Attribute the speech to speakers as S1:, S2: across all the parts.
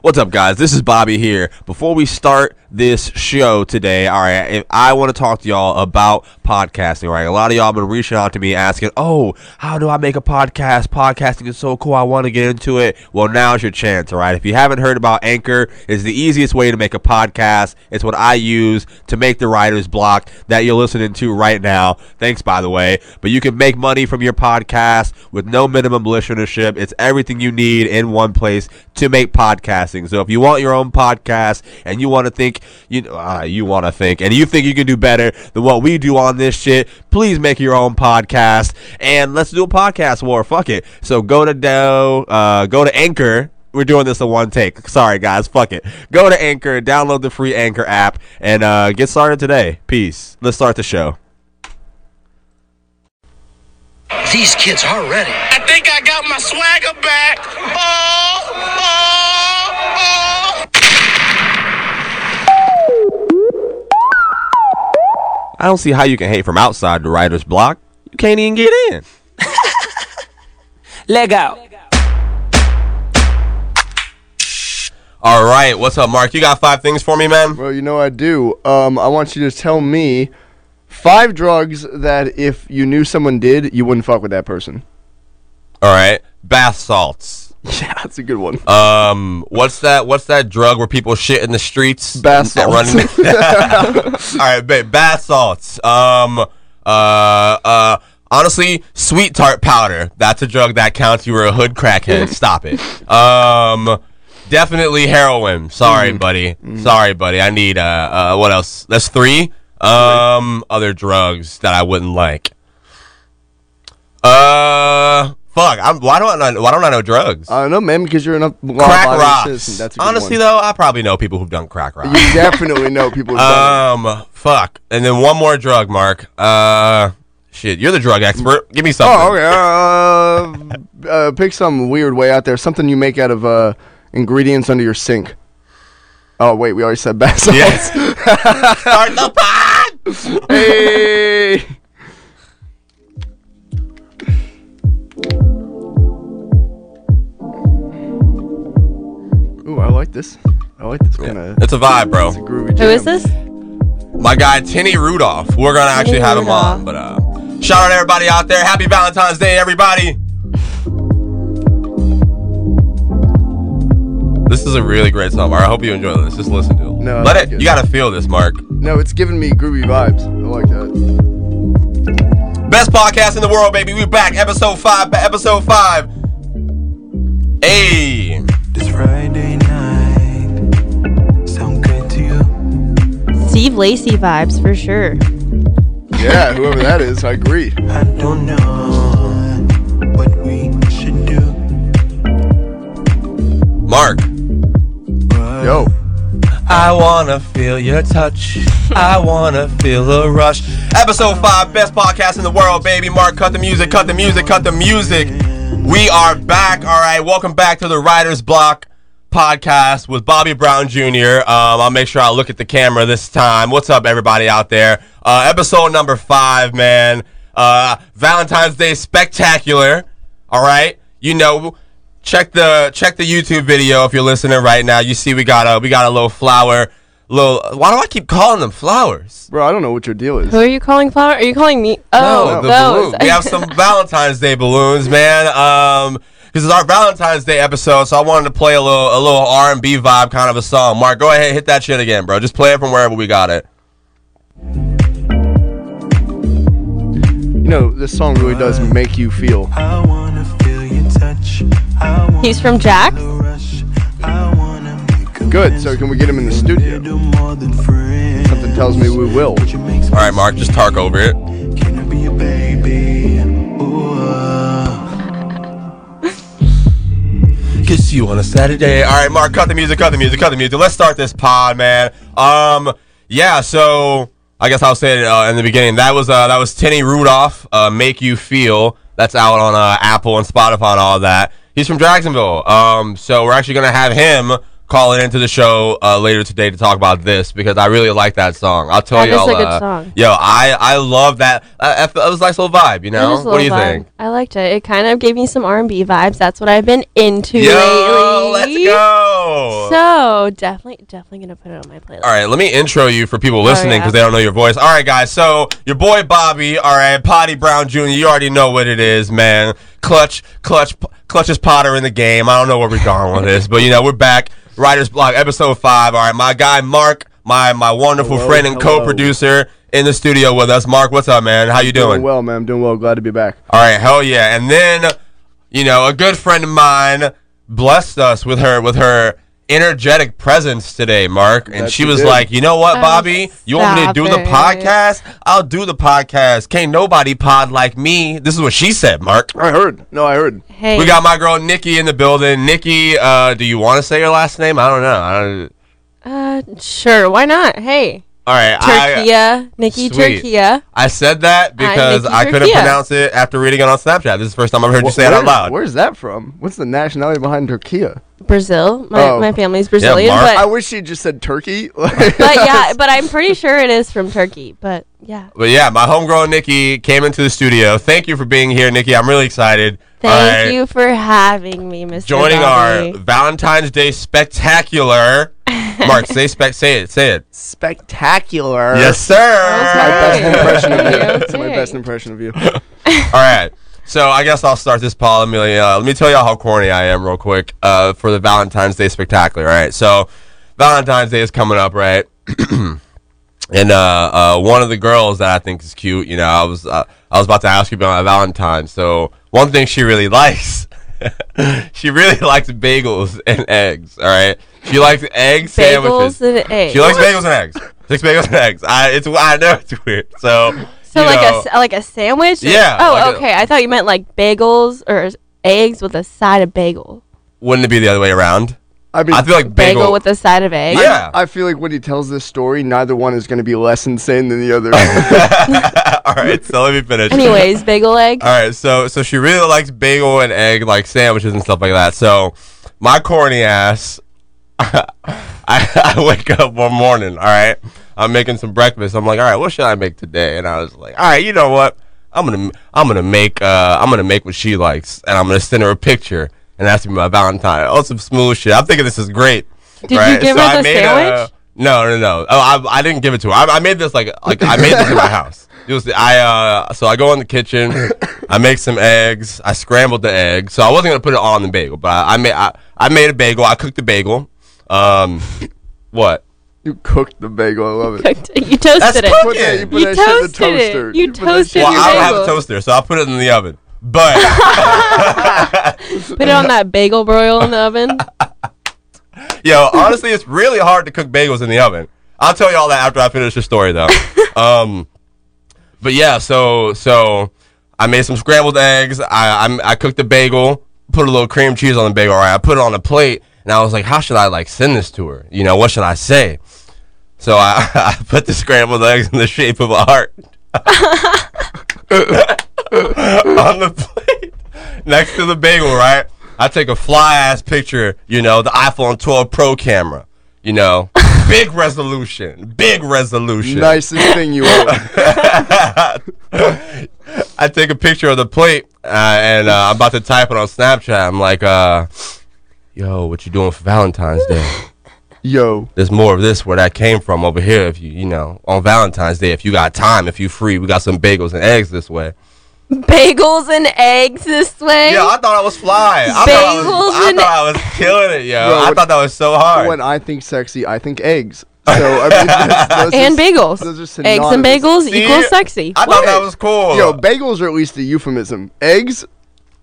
S1: What's up, guys? This is Bobby here. Before we start this show today, all right, if I want to talk to y'all about podcasting, all right? A lot of y'all have been reaching out to me asking, oh, how do I make a podcast? Podcasting is so cool. I want to get into it. Well, now's your chance, all right? If you haven't heard about Anchor, it's the easiest way to make a podcast. It's what I use to make the writer's block that you're listening to right now. Thanks, by the way. But you can make money from your podcast with no minimum listenership. It's everything you need in one place to make podcasting. So if you want your own podcast and you want to think, you know, uh, you want to think, and you think you can do better than what we do on this shit, please make your own podcast and let's do a podcast war. Fuck it. So go to Dow, uh, go to Anchor. We're doing this in one take. Sorry, guys. Fuck it. Go to Anchor, download the free Anchor app, and uh, get started today. Peace. Let's start the show.
S2: These kids are ready.
S3: I think I got my swagger back. Oh, oh, oh.
S1: I don't see how you can hate from outside the writer's block. You can't even get in.
S4: Leg out.
S1: All right. What's up, Mark? You got five things for me, man?
S5: Well, Oh, you know I do. Um, I want you to tell me five drugs that if you knew someone did, you wouldn't fuck with that person.
S1: All right. Bath salts.
S5: Yeah, that's a good one.
S1: Um, what's that? What's that drug where people shit in the streets?
S5: Bath
S1: That
S5: salts.
S1: All right, babe. Bath salts. Um, uh, uh, honestly, sweet tart powder. That's a drug that counts. You were a hood crackhead. Stop it. Um, definitely heroin. Sorry, buddy. Sorry, buddy. I need uh, uh, what else? That's three. Um, other drugs that I wouldn't like. Uh, fuck. I'm, why don't I? know- Why don't I know drugs?
S5: I don't know, man, because you're an up-
S1: crack
S5: law-abiding
S1: rocks.
S5: citizen. That's a good
S1: Honestly,
S5: one.
S1: though, I probably know people who've done crack rocks.
S5: you definitely know people. who've done
S1: Um, fuck. And then one more drug, Mark. Uh, shit, you're the drug expert. Give me
S5: it.
S1: something.
S5: oh, okay. Uh, uh, pick some weird way out there. Something you make out of uh, ingredients under your sink. Oh wait, we already said bath salts.
S1: Yes. Start the pod.
S5: Hey. Ooh, I like this. I like this kind of
S1: It's a vibe, bro.
S5: groovy.
S6: Who is
S5: jam.
S6: this?
S1: My guy Tinny Rudolph. We're gonna actually
S6: Tinny
S1: have him on,
S6: Rudolph.
S1: but uh, shout out to everybody out there. Happy Valentine's Day, everybody. This is a really great song, Mark. I hope you enjoy this. Just listen to it.
S5: No,
S1: Let
S5: that's
S1: it.
S5: good.
S1: You gotta feel this, Mark.
S5: No, it's giving me groovy vibes. I like that.
S1: Best podcast in the world, baby. We back. Episode five. Episode five. Hey.
S7: It's Friday night. Sound good to you?
S6: Steve Lacey vibes for sure.
S5: Yeah, whoever that is, I agree.
S7: I don't know what we should do.
S1: Mark.
S7: but
S5: Yo,
S1: I wanna feel your touch. I wanna feel the rush. Episode five, best podcast in the world, baby. Mark, cut the music, cut the music, cut the music. We are back. All right, welcome back to the Writer's Block podcast with Bobby Brown Jr. Um, I'll make sure I look at the camera this time. What's up, everybody out there? Uh, episode number five, man. Uh, Valentine's Day spectacular. All right, you know check the check the YouTube video if you're listening right now. You see we got a we got a little flower. Little why do I keep calling them flowers?
S5: bro, I don't know what your deal is.
S6: Who are you calling flower? Are you calling me?
S1: the
S6: Oh, those.
S1: balloon. We have some Valentine's Day balloons, man. Um, this is our Valentine's Day episode, so I wanted to play a little a little R and B vibe kind of a song. Mark, go ahead, hit that shit again, bro. Just play it from wherever we got it.
S5: You know, this song really does make you feel.
S7: I wanna feel your touch. I wanna
S6: He's from Jack.
S7: feel the rush. I wanna make a
S5: Good, so can we get him in the studio?
S7: little more than friends.
S5: Something tells me we will.
S7: Would you make
S1: All right, Mark, just tark over it.
S7: Can I be your baby? Ooh, uh,
S1: Kiss you on a Saturday. All right, Mark, cut the music, cut the music, cut the music. Let's start this pod, man. Um, yeah. So I guess I'll say it uh, in the beginning. That was uh, that was Tinny Rudolph. Uh, Make you feel. That's out on uh, Apple and Spotify and all that. He's from Jacksonville. Um, so we're actually gonna have him calling into the show uh, later today to talk about this because I really like that song. I'll tell
S6: That is
S1: y'all.
S6: a good
S1: uh,
S6: song.
S1: Yo, I I love that. Uh, it was a nice little vibe, you know.
S6: It is a
S1: What do
S6: little
S1: you
S6: vibe.
S1: think?
S6: I liked it. It kind of gave me some R&B vibes. That's what I've been into
S1: Yo, let's
S6: lately.
S1: go.
S6: So definitely, definitely gonna put it on my playlist.
S1: All right, let me intro you for people listening
S6: yeah.
S1: because they don't know your voice. All right, guys, so your boy Bobby, all right, Potty Brown Jr., you already know what it is, man. Clutch, clutch, clutch is Potter in the game. I don't know where we're going with this, but you know, we're back. Writer's Block, episode five. All right, my guy Mark, my my wonderful
S5: Hello,
S1: friend and
S5: hello.
S1: co-producer in the studio with us. Mark, what's up, man? How you doing?
S5: Doing well, man. I'm doing well. Glad to be back.
S1: All right, hell yeah. And then, you know, a good friend of mine blessed us with her with her energetic presence today, Mark. And
S5: That
S1: she
S5: she
S1: was
S5: did.
S1: like, "You know what,
S6: Oh,
S1: Bobby? You want me to
S6: stop
S1: do the
S6: it.
S1: podcast? I'll do the podcast. Can't nobody pod like me." This is what she said, Mark.
S5: I heard. No, I heard.
S6: Hey,
S1: We got my girl Nikki in the building. Nikki, uh, do you want to say your last name? I don't know. I don't...
S6: uh, sure, why not? Hey,
S1: All right, I, uh,
S6: Turkia, Nikki uh,
S1: Sweet.
S6: Turkia.
S1: I said that because
S6: Nikki
S1: I couldn't
S6: Turkia.
S1: pronounce it after reading it on Snapchat. This is the first time I've heard you
S5: Wh-
S1: say it out
S5: where-
S1: loud.
S5: Where's that from? What's the nationality behind Turkia?
S6: Brazil. My,
S5: Oh.
S6: my family's Brazilian,
S1: Mark.
S5: I
S6: but
S5: wish she just said Turkey.
S6: but yeah, but I'm pretty sure it is from Turkey. But yeah,
S1: But yeah, my homegirl Nikki came into the studio. Thank you for being here, Nikki. I'm really excited.
S6: thank
S1: Alright,
S6: you for having me, Mr.
S1: Joining
S6: Bobby.
S1: our Valentine's Day spectacular. Mark, say spec say it, say it.
S5: Spectacular.
S1: Yes, sir.
S5: My best
S6: Hey.
S5: impression of you.
S6: Okay.
S5: It's my best impression of you.
S1: All right. So I guess I'll start this, Paul Amelia. Uh, let me tell y'all how corny I am, real quick, uh, for the Valentine's Day spectacular. All right. So Valentine's Day is coming up, right? and uh, uh, one of the girls that I think is cute, you know, I was uh, I was about to ask you about my Valentine's. So one thing she really likes, she really likes bagels and eggs. All right. She likes egg sandwiches.
S6: bagels and eggs.
S1: she likes bagels and eggs. Six bagels and eggs. I it's I know it's weird. So
S6: so
S1: you
S6: like
S1: know.
S6: a s- like a sandwich. Or-
S1: Yeah,
S6: Oh,
S1: like a-
S6: okay. I thought you meant like bagels or s- eggs with a side of bagel.
S1: wouldn't it be the other way around?
S5: I mean,
S1: I feel like
S6: Bagel,
S1: bagel,
S6: with a side of egg.
S1: yeah.
S5: I feel like when he tells this story, neither one is going to be less insane than the other.
S1: All right, so let me finish.
S6: Anyways, bagel egg.
S1: All right, so so she really likes bagel and egg like sandwiches and stuff like that. So my corny ass, I, I wake up one morning. All right, I'm making some breakfast. I'm like, all right, what should I make today? And I was like, all right, you know what? I'm gonna I'm gonna make uh, I'm gonna make what she likes, and I'm gonna send her a picture, and that's gonna be my Valentine. Oh, some smooth shit. I'm thinking this is great.
S6: Did you give her the sandwich?
S1: no, no, no. Oh, I, I didn't give it to her. I, I made this like like I made this in my house. It was I uh so I go in the kitchen, I make some eggs, I scrambled the eggs. So I wasn't gonna put it on the bagel, but I, I made I, I made a bagel. I cooked the bagel. Um, what?
S5: you cooked the bagel. I love it.
S6: Cooked. You toasted
S1: That's
S6: it.
S1: cooked.
S5: Put that, you put
S6: You
S5: that shit in the
S6: toasted it.
S5: toaster.
S6: You
S5: put that
S6: toasted
S5: shit
S1: Well,
S5: in
S6: your
S5: the
S1: I don't have
S6: bagel.
S1: a toaster, so I put it in the oven. But
S6: Put it on that bagel broil in the oven.
S1: yo, honestly, it's really hard to cook bagels in the oven. I'll tell you all that after I finish the story, though. um, but yeah, so so I made some scrambled eggs. I I'm- I, cooked a bagel, put a little cream cheese on the bagel. All right, I put it on a plate, and I was like, how should I like send this to her? You know, what should I say? So I, I put the scrambled eggs in the shape of a heart on the plate next to the bagel, right? I take a fly ass picture, you know, the iPhone 12 Pro camera, you know, big resolution, big resolution.
S5: Nicest thing you ever.
S1: I take a picture of the plate uh, and uh, I'm about to type it on Snapchat. I'm like, uh, yo, what you doing for Valentine's Day?
S5: Yo,
S1: There's more of this where that came from over here. If you, you know, on Valentine's Day, if you got time, if you free, we got some bagels and eggs this way.
S6: Bagels and eggs this way.
S1: Yeah, I thought I was fly. I thought I was,
S6: Bagels
S1: I,
S6: and-
S1: thought I was killing it, yo.
S5: Bro,
S1: I
S5: what-
S1: thought that was so hard.
S5: when I think sexy, I think eggs. So I mean, that's, that's
S6: and
S5: just-
S6: bagels.
S5: those are
S6: Eggs and
S5: synonymous.
S6: bagels
S1: See?
S6: equals sexy.
S1: I thought that was cool.
S5: Yo, bagels are at least a euphemism. Eggs.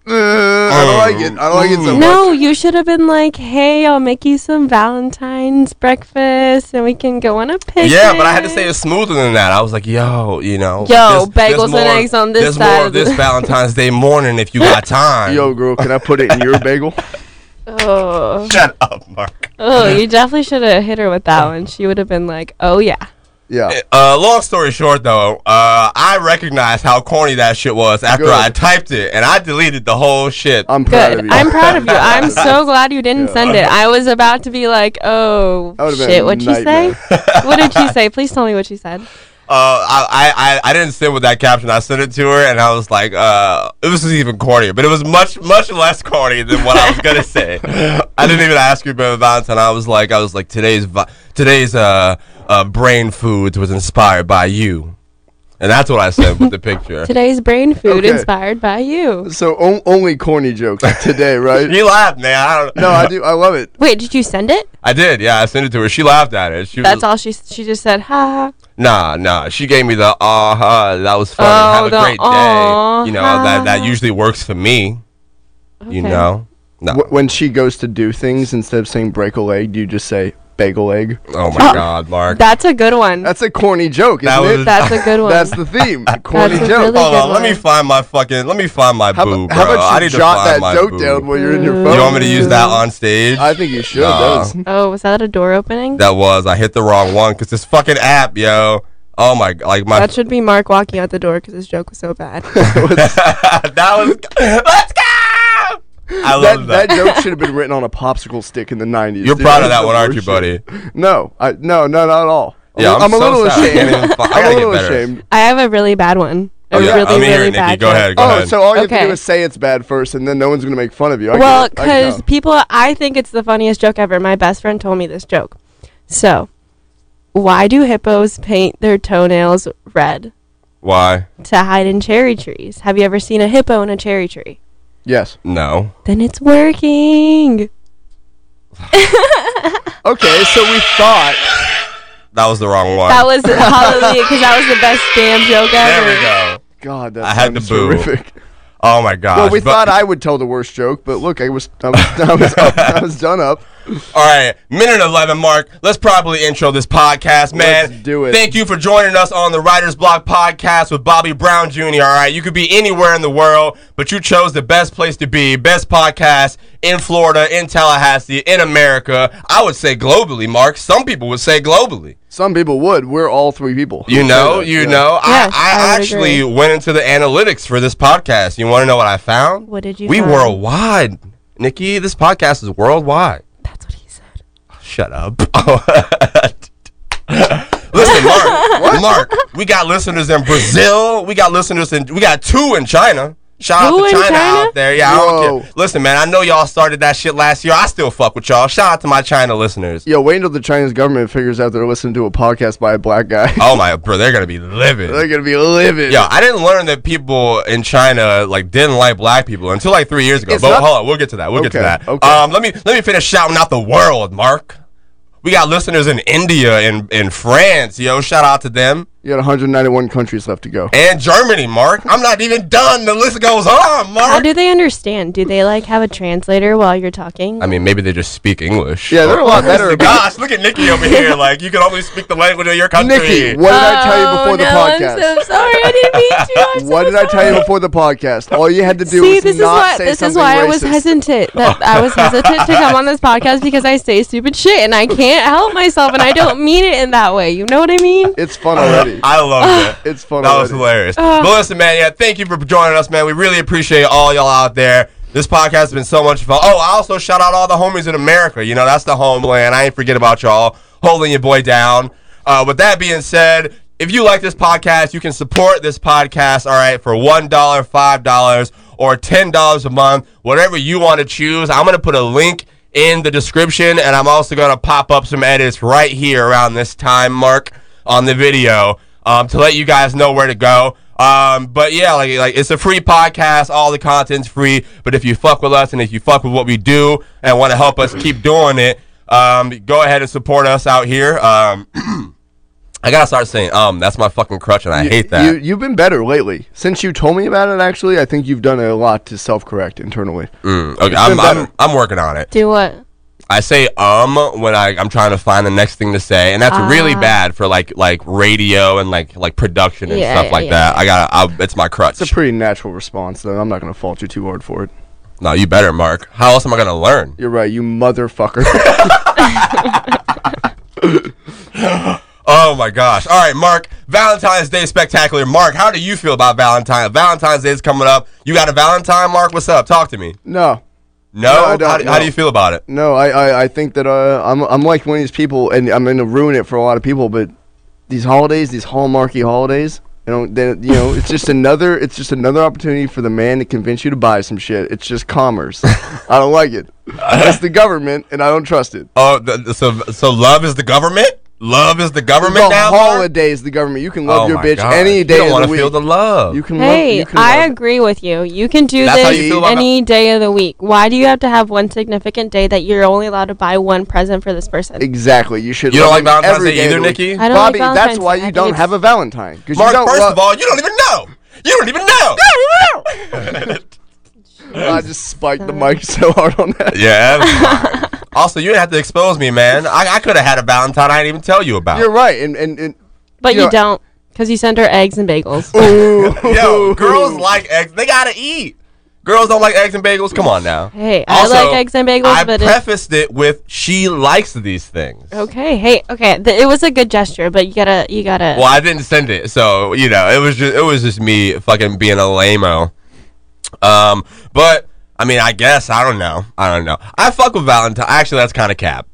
S5: Uh, I don't like it. I don't like it so much.
S6: no, you should have been like, "Hey, I'll make you some Valentine's breakfast, and we can go on a picnic."
S1: Yeah, but I had to say it smoother than that. I was like, yo, you know.
S6: Yo, bagels and eggs on this
S1: There's
S6: side
S1: more of
S6: of the-
S1: this Valentine's Day morning if you got time.
S5: Yo, girl, can I put it in your bagel?
S6: Oh,
S1: shut up, Mark.
S6: oh, you definitely should have hit her with that one. She would have been like, "Oh yeah,
S5: Yeah.
S1: Uh, long story short, though, uh, I recognized how corny that shit was after
S5: Good. Um,
S1: I typed it, and I deleted the whole shit.
S5: I'm proud of
S6: Good.
S5: you.
S6: I'm proud of you. I'm so glad you didn't send it. I was about to be like, oh,
S5: That would've been
S6: shit,
S5: a
S6: what'd you say? what did you say? Please tell me what you said.
S1: Uh, I, I, I, I didn't sit with that caption. I sent it to her, and I was like, uh, it was even cornier, but it was much, much less corny than what I was gonna say. I didn't even ask you about Valentine. I was like, I was like, today's vi- today's uh, uh, brain foods was inspired by you, and that's what I said with the picture.
S6: Today's brain food
S5: Okay.
S6: inspired by you.
S5: So on- only corny jokes today, right?
S1: You laughed, man. I don't
S5: no, I do. I love it.
S6: Wait, did you send it?
S1: I did. Yeah, I sent it to her. She laughed at it. She was,
S6: That's all she she just said. Ha.
S1: Nah, nah. She gave me the uh huh. That was funny.
S6: Oh,
S1: Have a
S6: the
S1: great
S6: "Aw,
S1: day. You know that that
S6: huh."
S1: usually works for me. You
S6: Okay.
S1: know. No.
S5: Wh- when she goes to do things, instead of saying break a leg, do you just say bagel egg?
S1: oh my God, Mark.
S6: That's a good one.
S5: That's a corny joke,
S1: That
S5: isn't
S1: was-
S5: it?
S6: That's a good one.
S5: That's the theme. Corny
S6: That's a
S5: joke.
S6: really
S1: Hold
S6: good
S1: on. Let me
S6: one.
S1: find my fucking. Let me find my
S5: how,
S1: boo, bro.
S5: about how about
S1: I
S5: you
S1: need to
S5: jot
S1: find
S5: that
S1: my
S5: joke
S1: boo.
S5: down while you're in your
S6: You
S5: phone?
S1: You want me to use that on stage?
S5: I think you should. That
S1: Nah.
S5: was-
S6: Oh, was that a door opening?
S1: that was. I hit the wrong one because this fucking app, yo. Oh my, g- like my.
S6: That should be Mark walking out the door because his joke was so bad.
S1: that was. Let's go. I love that.
S5: that, that joke should have been written on a popsicle stick in the 90s.
S1: You're
S5: dude.
S1: proud of
S5: That's
S1: that
S5: the
S1: one, aren't you,
S5: worst
S1: buddy?
S5: shit. No, I, no, no, not at all.
S1: Yeah,
S5: I'm,
S1: I'm
S5: a
S1: so
S5: little
S1: sad. I can't
S5: ashamed.
S1: even fu- I
S5: am
S1: gotta
S5: a
S1: get
S5: little
S1: better.
S5: ashamed.
S6: I have a really bad one. A
S1: Oh, yeah.
S6: really,
S1: I'm
S6: really
S1: hearing Nikki.
S6: bad
S1: Go
S6: joke.
S1: ahead. Go
S5: Oh,
S1: ahead.
S5: so all you have to do
S6: Okay.
S5: is say it's bad first, and then no one's gonna make fun of you. I
S6: Well,
S5: get it. I get
S6: because
S5: it.
S6: people, I think it's the funniest joke ever. My best friend told me this joke. So, why do hippos paint their toenails red?
S1: Why?
S6: To hide in cherry trees. Have you ever seen a hippo in a cherry tree?
S5: yes.
S1: No.
S6: Then it's working.
S5: Okay, so we thought.
S1: That was the wrong one.
S6: That was hallelujah because that was the best damn joke ever.
S1: there we go.
S5: God, that
S1: I had to
S5: sounds
S1: boo.
S5: terrific.
S1: Oh my gosh.
S5: Well, we
S1: but-
S5: thought I would tell the worst joke, but look, I was, I was, I was, up, I was done up.
S1: All right, minute 11 mark. Let's probably intro this podcast, man.
S5: Let's do it.
S1: Thank you for joining us on the Writer's Block podcast with Bobby Brown Jr. All right, you could be anywhere in the world, but you chose the best place to be. Best podcast in Florida, in Tallahassee, in America. I would say globally, Mark. Some people would say globally.
S5: Some people would. We're all three people. who
S1: You
S5: say
S1: know,
S5: that,
S1: you
S5: yeah.
S1: know.
S6: Yes,
S1: I, I,
S6: I would
S1: actually
S6: agree.
S1: went into the analytics for this podcast. You want to know what I found?
S6: What did you
S1: We
S6: find?
S1: worldwide, Nikki. This podcast is worldwide.
S6: That's what he said.
S1: Shut up. Listen, Mark. Mark, we got listeners in Brazil. We got listeners in. We got two in China. Shout out
S6: Two
S1: to
S6: in
S1: China,
S6: China?
S1: out there. Yeah, I don't
S5: Whoa.
S1: care. Listen, man, I know y'all started that shit last year. I still fuck with y'all. Shout out to my China listeners.
S5: Yo, wait until the Chinese government figures out they're listening to a podcast by a black guy.
S1: Oh my, bro, they're gonna be livid.
S5: They're gonna be livid.
S1: Yeah, I didn't learn that people in China like didn't like black people until like three years ago.
S5: It's
S1: but
S5: not-
S1: hold on, we'll get to that. We'll get to
S5: Okay,
S1: that.
S5: okay.
S1: Um, let me let me finish shouting out the world, Mark. We got listeners in India and in France. Yo, shout out to them
S5: You got 191 countries left to go.
S1: and Germany, Mark. I'm not even done. The list goes on,
S6: How
S1: Mark.
S6: do they understand? Do they like have a translator while you're talking?
S1: I mean, maybe they just speak English. Oh,
S5: Yeah, they're a lot better. about-
S1: Gosh, look at Nikki over here. Like you can only speak the language of your country.
S5: Nikki, what did I tell you before
S6: oh,
S5: the
S6: no,
S5: podcast?
S6: I'm so sorry. I didn't mean to. I'm so
S5: what did I tell you
S6: sorry.
S5: before the podcast? All you had to do
S6: See,
S5: was
S6: this is
S5: not
S6: why
S5: say
S6: this is
S5: something
S6: why
S5: racist.
S6: I was hesitant that I was hesitant to come on this podcast because I say stupid shit and I can't help myself and I don't mean it in that way. You know what I mean?
S5: It's fun already.
S1: I love it.
S5: It's fun
S1: That was
S5: already.
S1: hilarious. but listen, man, yeah, thank you for joining us, man. We really appreciate all y'all out there. This podcast has been so much fun. Oh, I also shout out all the homies in America. You know, that's the homeland. I ain't forget about y'all holding your boy down. Uh, with that being said, if you like this podcast, you can support this podcast, all right, for $1, $5, or $10 a month, whatever you want to choose. I'm going to put a link in the description, and I'm also going to pop up some edits right here around this time, Mark on the video um, to let you guys know where to go. Um, but yeah, like, like it's a free podcast. All the content's free. But if you fuck with us and if you fuck with what we do and want to help us keep doing it, um, go ahead and support us out here. Um, I gotta start saying um. That's my fucking crutch, and I hate that.
S5: You, you've been better lately. Since you told me about it, actually, I think you've done a lot to self-correct internally.
S1: Mm, okay, I'm,
S5: been
S1: I'm,
S5: better.
S1: I'm working on it.
S6: Do what?
S1: I say um when I, I'm trying to find the next thing to say, and that's
S6: Ah.
S1: really bad for like like radio and like like production and
S6: Yeah,
S1: stuff
S6: yeah,
S1: like
S6: yeah.
S1: that. I gotta. I, it's my crutch.
S5: It's a pretty natural response, though. I'm not gonna fault you too hard for it.
S1: No, you better, Mark. How else am I gonna learn?
S5: You're right, you motherfucker.
S1: Oh my gosh! All right, Mark. Valentine's Day spectacular. Mark, how do you feel about Valentine? Valentine's Day is coming up. You got a Valentine, Mark? What's up? Talk to me.
S5: No,
S1: No,
S5: No, I don't
S1: how, do, how
S5: know.
S1: do you feel about it?
S5: no, I, I, I think that uh, I'm, I'm like one of these people, and I'm going to ruin it for a lot of people. But these holidays, these hallmarky holidays, you know, they, you know, it's just another, it's just another opportunity for the man to convince you to buy some shit. It's just commerce. I don't like it. It's the government, and I don't trust it.
S1: Oh, the, the- so so love is the government. Love is the government
S5: the
S1: now. Mark?
S5: holidays, the government. You can love
S1: Oh
S5: your
S1: my
S5: bitch
S1: gosh.
S5: any day
S1: You don't
S5: of
S1: wanna
S5: the week.
S1: feel the love.
S5: you can love.
S6: Hey,
S5: You can
S6: I
S5: love-
S6: agree with you. You can do
S1: That's how you
S6: this
S1: feel about
S6: any day of the week. Why do you have to have one significant day that you're only allowed to buy one present for this person?
S5: Exactly. You should.
S1: You don't
S5: love
S1: like
S5: them
S1: Valentine's
S5: every
S1: Day
S5: day of
S1: either,
S5: the week.
S1: Nikki?
S6: I don't like
S5: Bobby, that's
S6: Valentine's Day. I
S5: why you
S6: think
S5: don't
S6: it's-
S5: have a Valentine. 'cause
S1: Mark,
S5: you don't
S1: first
S5: love-
S1: of all, you don't even know. You don't even know.
S5: I just spiked the mic so hard on that.
S1: yeah. that's fine. also, you didn't have to expose me, man. I, I could have had a Valentine. I didn't even tell you about.
S5: You're right, and and, and
S6: but
S5: you
S6: you,
S5: know-
S6: don't, because you send her eggs and bagels.
S1: Yo, girls like eggs. They gotta eat. Girls don't like eggs and bagels. Come on now.
S6: Hey, I like eggs and bagels,
S1: I
S6: but it-
S1: prefaced it with she likes these things.
S6: okay, hey, okay, th- it was a good gesture, but you gotta, you gotta.
S1: Well, I didn't send it, so you know it was just it was just me fucking being a lameo. Um, but I mean, I guess I don't know. I don't know. I fuck with Valentine. Actually, that's kind of cap.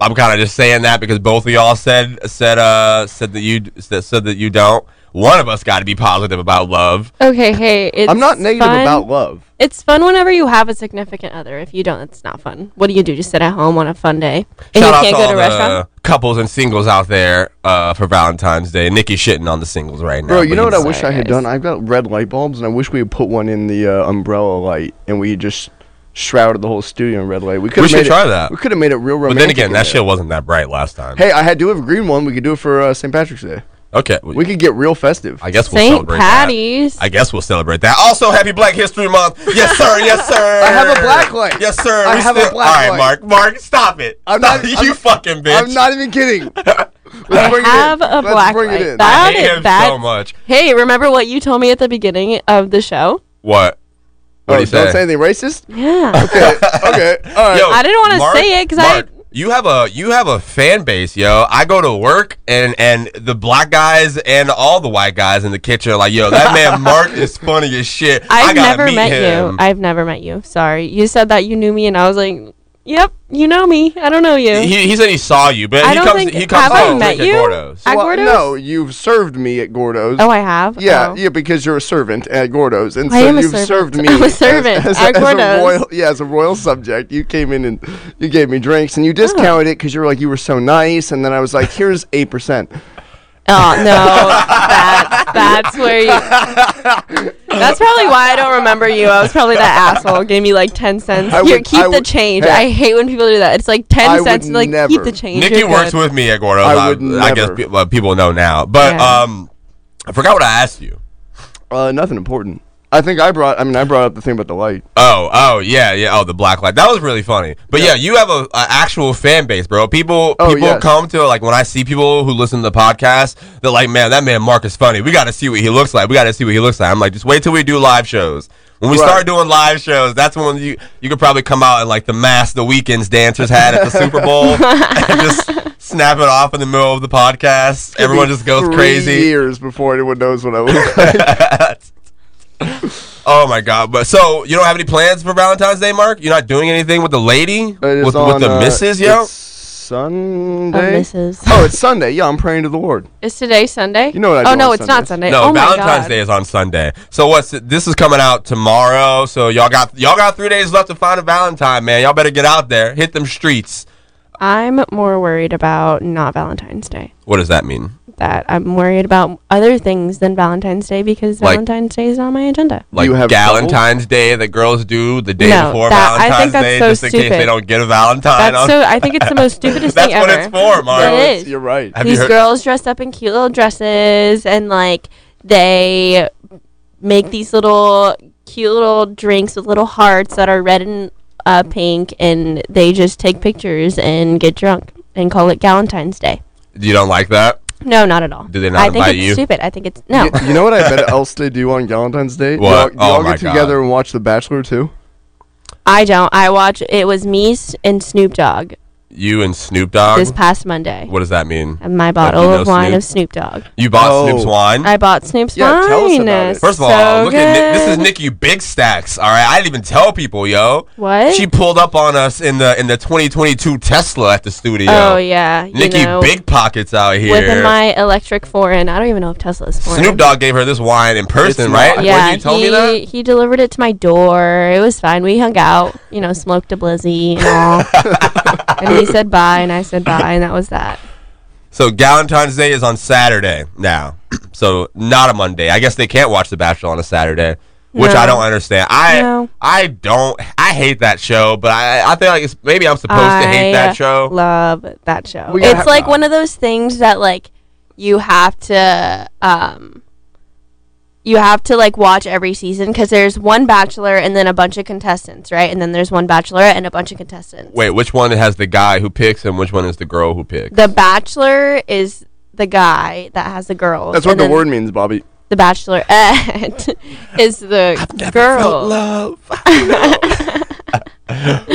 S1: I'm kind of just saying that because both of y'all said said uh said that you said, said that you don't. One of us got to be positive about love.
S6: Okay, hey, it's
S5: I'm not negative
S6: fun.
S5: about love.
S6: It's fun whenever you have a significant other. If you don't, it's not fun. What do you do? Just sit at home on a fun day, and
S1: Shout out
S6: you
S1: to
S6: can't go
S1: all
S6: to a
S1: the
S6: restaurant.
S1: couples and singles out there uh, for Valentine's Day. Nikki shitting on the singles right now.
S5: Bro, you
S1: but
S5: know what I
S1: he's-
S5: wish I had
S6: guys.
S5: done? I've got red light bulbs, and I wish we had put one in the uh, umbrella light, and we just shrouded the whole studio in red light. We could
S1: should
S5: made it-
S1: try that.
S5: We could have made it real
S1: But
S5: romantic.
S1: then again,
S5: in
S1: that
S5: there.
S1: shit wasn't that bright last time.
S5: Hey, I had do have a green one. We could do it for uh, St. Patrick's Day.
S1: okay,
S5: We could get real festive.
S1: I guess we'll
S6: St.
S1: celebrate
S6: Patty's.
S1: that. I guess we'll celebrate that. Also, Happy Black History Month. Yes, sir. Yes, sir.
S5: I have a black light.
S1: Yes, sir.
S5: I
S1: We
S5: have a black
S1: All right,
S5: light.
S1: Mark. Mark, stop it.
S5: I'm
S1: Stop-
S5: not-
S1: you
S5: I'm-
S1: fucking bitch.
S5: I'm not even kidding.
S6: I have a black
S5: bring It
S6: light.
S5: in.
S1: I
S6: That
S1: hate
S6: is
S1: him
S6: bad.
S1: so much.
S6: Hey, remember what you told me at the beginning of the show?
S1: What? What
S5: Oh,
S1: do you
S5: don't say anything racist.
S6: Yeah.
S5: Okay, okay, all right.
S1: Yo,
S6: I didn't wanna
S1: Mark-
S6: say it 'cause I-
S1: Mark, You have a you have a fan base, yo. I go to work and and the black guys and all the white guys in the kitchen are like, yo, that man Mark is funny as shit. I
S6: I've
S1: gotta
S6: never
S1: meet
S6: met
S1: him.
S6: you. I've never met you. Sorry. You said that you knew me, and I was like, yep, you know me. I don't know you.
S1: he, he said he saw you, but
S6: I
S1: he
S6: don't
S1: comes
S6: think-
S1: he comes
S6: have I
S1: home
S6: met
S1: drinking
S6: you?
S1: Gordos.
S6: I- At
S5: Well,
S6: Gordo's?
S5: No, you've served me at Gordo's.
S6: oh, I have?
S5: Yeah,
S6: Oh.
S5: yeah, because you're a servant at Gordo's, and
S6: I
S5: so
S6: am a
S5: you've
S6: servant.
S5: served me
S6: I'm a
S5: as-
S6: servant
S5: as,
S6: at
S5: as
S6: Gordo's.
S5: a royal, yeah, as a royal subject. You came in and you gave me
S6: Oh.
S5: drinks, and you discounted it because you were like you were so nice, and then I was like, here's eight percent.
S6: Oh no, that, that's where you. That's probably why I don't remember you. I was probably that asshole. Gave me like ten cents.
S5: I
S6: Here,
S5: would-
S6: keep
S5: I
S6: the
S5: would-
S6: change.
S5: hey.
S6: I hate when people do that. It's like ten
S5: I would
S6: cents. Like keep
S5: never.
S6: the change.
S1: Nikki
S6: You're
S1: works
S6: good.
S1: with me at Gordo's.
S5: I
S1: I,
S5: would
S1: I guess
S5: never.
S1: pe- well, people know now, but
S6: Yeah.
S1: um, I forgot what I asked you.
S5: Uh, nothing important. I think I brought. I mean, I brought up the thing about the light.
S1: Oh, oh, yeah, yeah. Oh, the black light. That was really funny. But yeah, you have a, a actual fan base, bro. People,
S5: Oh,
S1: people
S5: yes.
S1: come to like when I see people who listen to the podcast, they're like, "Man, that man Mark is funny. We got to see what he looks like. We got to see what he looks like." I'm like, just wait till we do live shows. When we
S5: Right.
S1: start doing live shows, that's when you you could probably come out and like the mask the weekends dancers had at the Super Bowl and just snap it off in the middle of the podcast. Everyone just goes
S5: Three
S1: crazy.
S5: Years before anyone knows what I look like.
S1: Oh my god! But so you don't have any plans for Valentine's Day, Mark? You're not doing anything with the lady with,
S5: It is
S1: with
S5: on,
S1: the
S5: uh,
S1: missus, yo?
S5: it's Sunday.
S6: Mrs..
S5: Oh, it's Sunday. Yeah, I'm praying to the Lord.
S6: Is today Sunday?
S5: You know what I
S6: oh
S5: do
S6: no,
S5: on
S6: it's not Sunday.
S5: Sundays.
S1: No,
S6: oh my
S1: Valentine's
S6: God.
S1: Day is on Sunday. So what's this is coming out tomorrow? So y'all got y'all got three days left to find a Valentine, man. Y'all better get out there, hit them streets.
S6: I'm more worried about not Valentine's Day.
S1: What does that mean?
S6: That I'm worried about other things than Valentine's Day because
S1: Like-
S6: Valentine's Day is on my agenda.
S1: Like
S5: You have
S1: Valentine's Day that girls do the day
S6: No,
S1: before
S6: that- I think
S1: Valentine's
S6: that's
S1: Day,
S6: so
S1: just in case they
S6: stupid.
S1: don't get a Valentine. Uh,
S6: That's so. I think it's the most stupidest
S1: That's
S6: thing
S1: what
S6: ever.
S1: it's for, Mark.
S6: It
S5: No, it's-
S6: is.
S5: You're right.
S1: Have you
S6: these
S1: heard-
S6: girls dressed up in cute little dresses and like they make these little cute little drinks with little hearts that are red and uh, pink and they just take pictures and get drunk and call it Valentine's Day.
S1: you don't like that?
S6: No, not at all.
S1: Do they not
S6: I think
S1: invite
S6: it's
S1: you?
S6: stupid. I think it's no.
S5: Y- You, know what I bet else they do on Valentine's Day?
S1: What?
S5: Y'all, y'all
S1: Oh my
S5: get
S1: God.
S5: together and watch The Bachelor too.
S6: I don't. I watch. It was me s- and Snoop Dogg.
S1: You and Snoop Dogg.
S6: this past Monday.
S1: what does that mean?
S6: And I
S1: Like,
S6: bought
S1: you
S6: all
S1: know
S6: of wine
S1: Snoop?
S6: of Snoop Dogg.
S1: You bought
S5: Oh.
S1: Snoop's wine.
S6: I bought Snoop's
S5: Yeah,
S6: wine.
S5: tell us about it.
S6: It's
S1: First of all,
S6: so
S1: look at Nick, this is
S6: good.
S1: Nikki Big Stacks. All right, I didn't even tell people, yo.
S6: What?
S1: She pulled up on us in the in the 2022 Tesla at the studio.
S6: Oh yeah, you
S1: Nikki
S6: know,
S1: Big Pockets out here.
S6: with my electric foreign. I don't even know if Tesla's foreign.
S1: Snoop Dogg gave her this wine in person,
S5: It's
S1: right?
S5: not.
S1: Wouldn't
S6: Yeah,
S1: you tell
S6: he,
S1: me that?
S6: he delivered it to my door. It was fine. We hung out, you know, smoked a blizzy and all. and he said bye, and I said bye, and that was that.
S1: So Valentine's Day is on Saturday now, so not a Monday. I guess they can't watch The Bachelor on a Saturday, which
S6: No.
S1: I don't understand. I
S6: No.
S1: I don't. I hate that show, but I I feel like it's, maybe I'm supposed to hate that show.
S6: Love that show.
S5: We
S6: it's
S5: have-
S6: like one of those things that like you have to um you have to like watch every season because there's one bachelor and then a bunch of contestants, right? And then there's one bachelorette and a bunch of contestants.
S1: Wait, which one has the guy who picks and which one is the girl who picks?
S6: The bachelor is the guy that has the girls.
S5: That's what
S6: and
S5: the
S6: then
S5: word means, Bobby.
S6: The bachelorette is the girl.
S1: love. All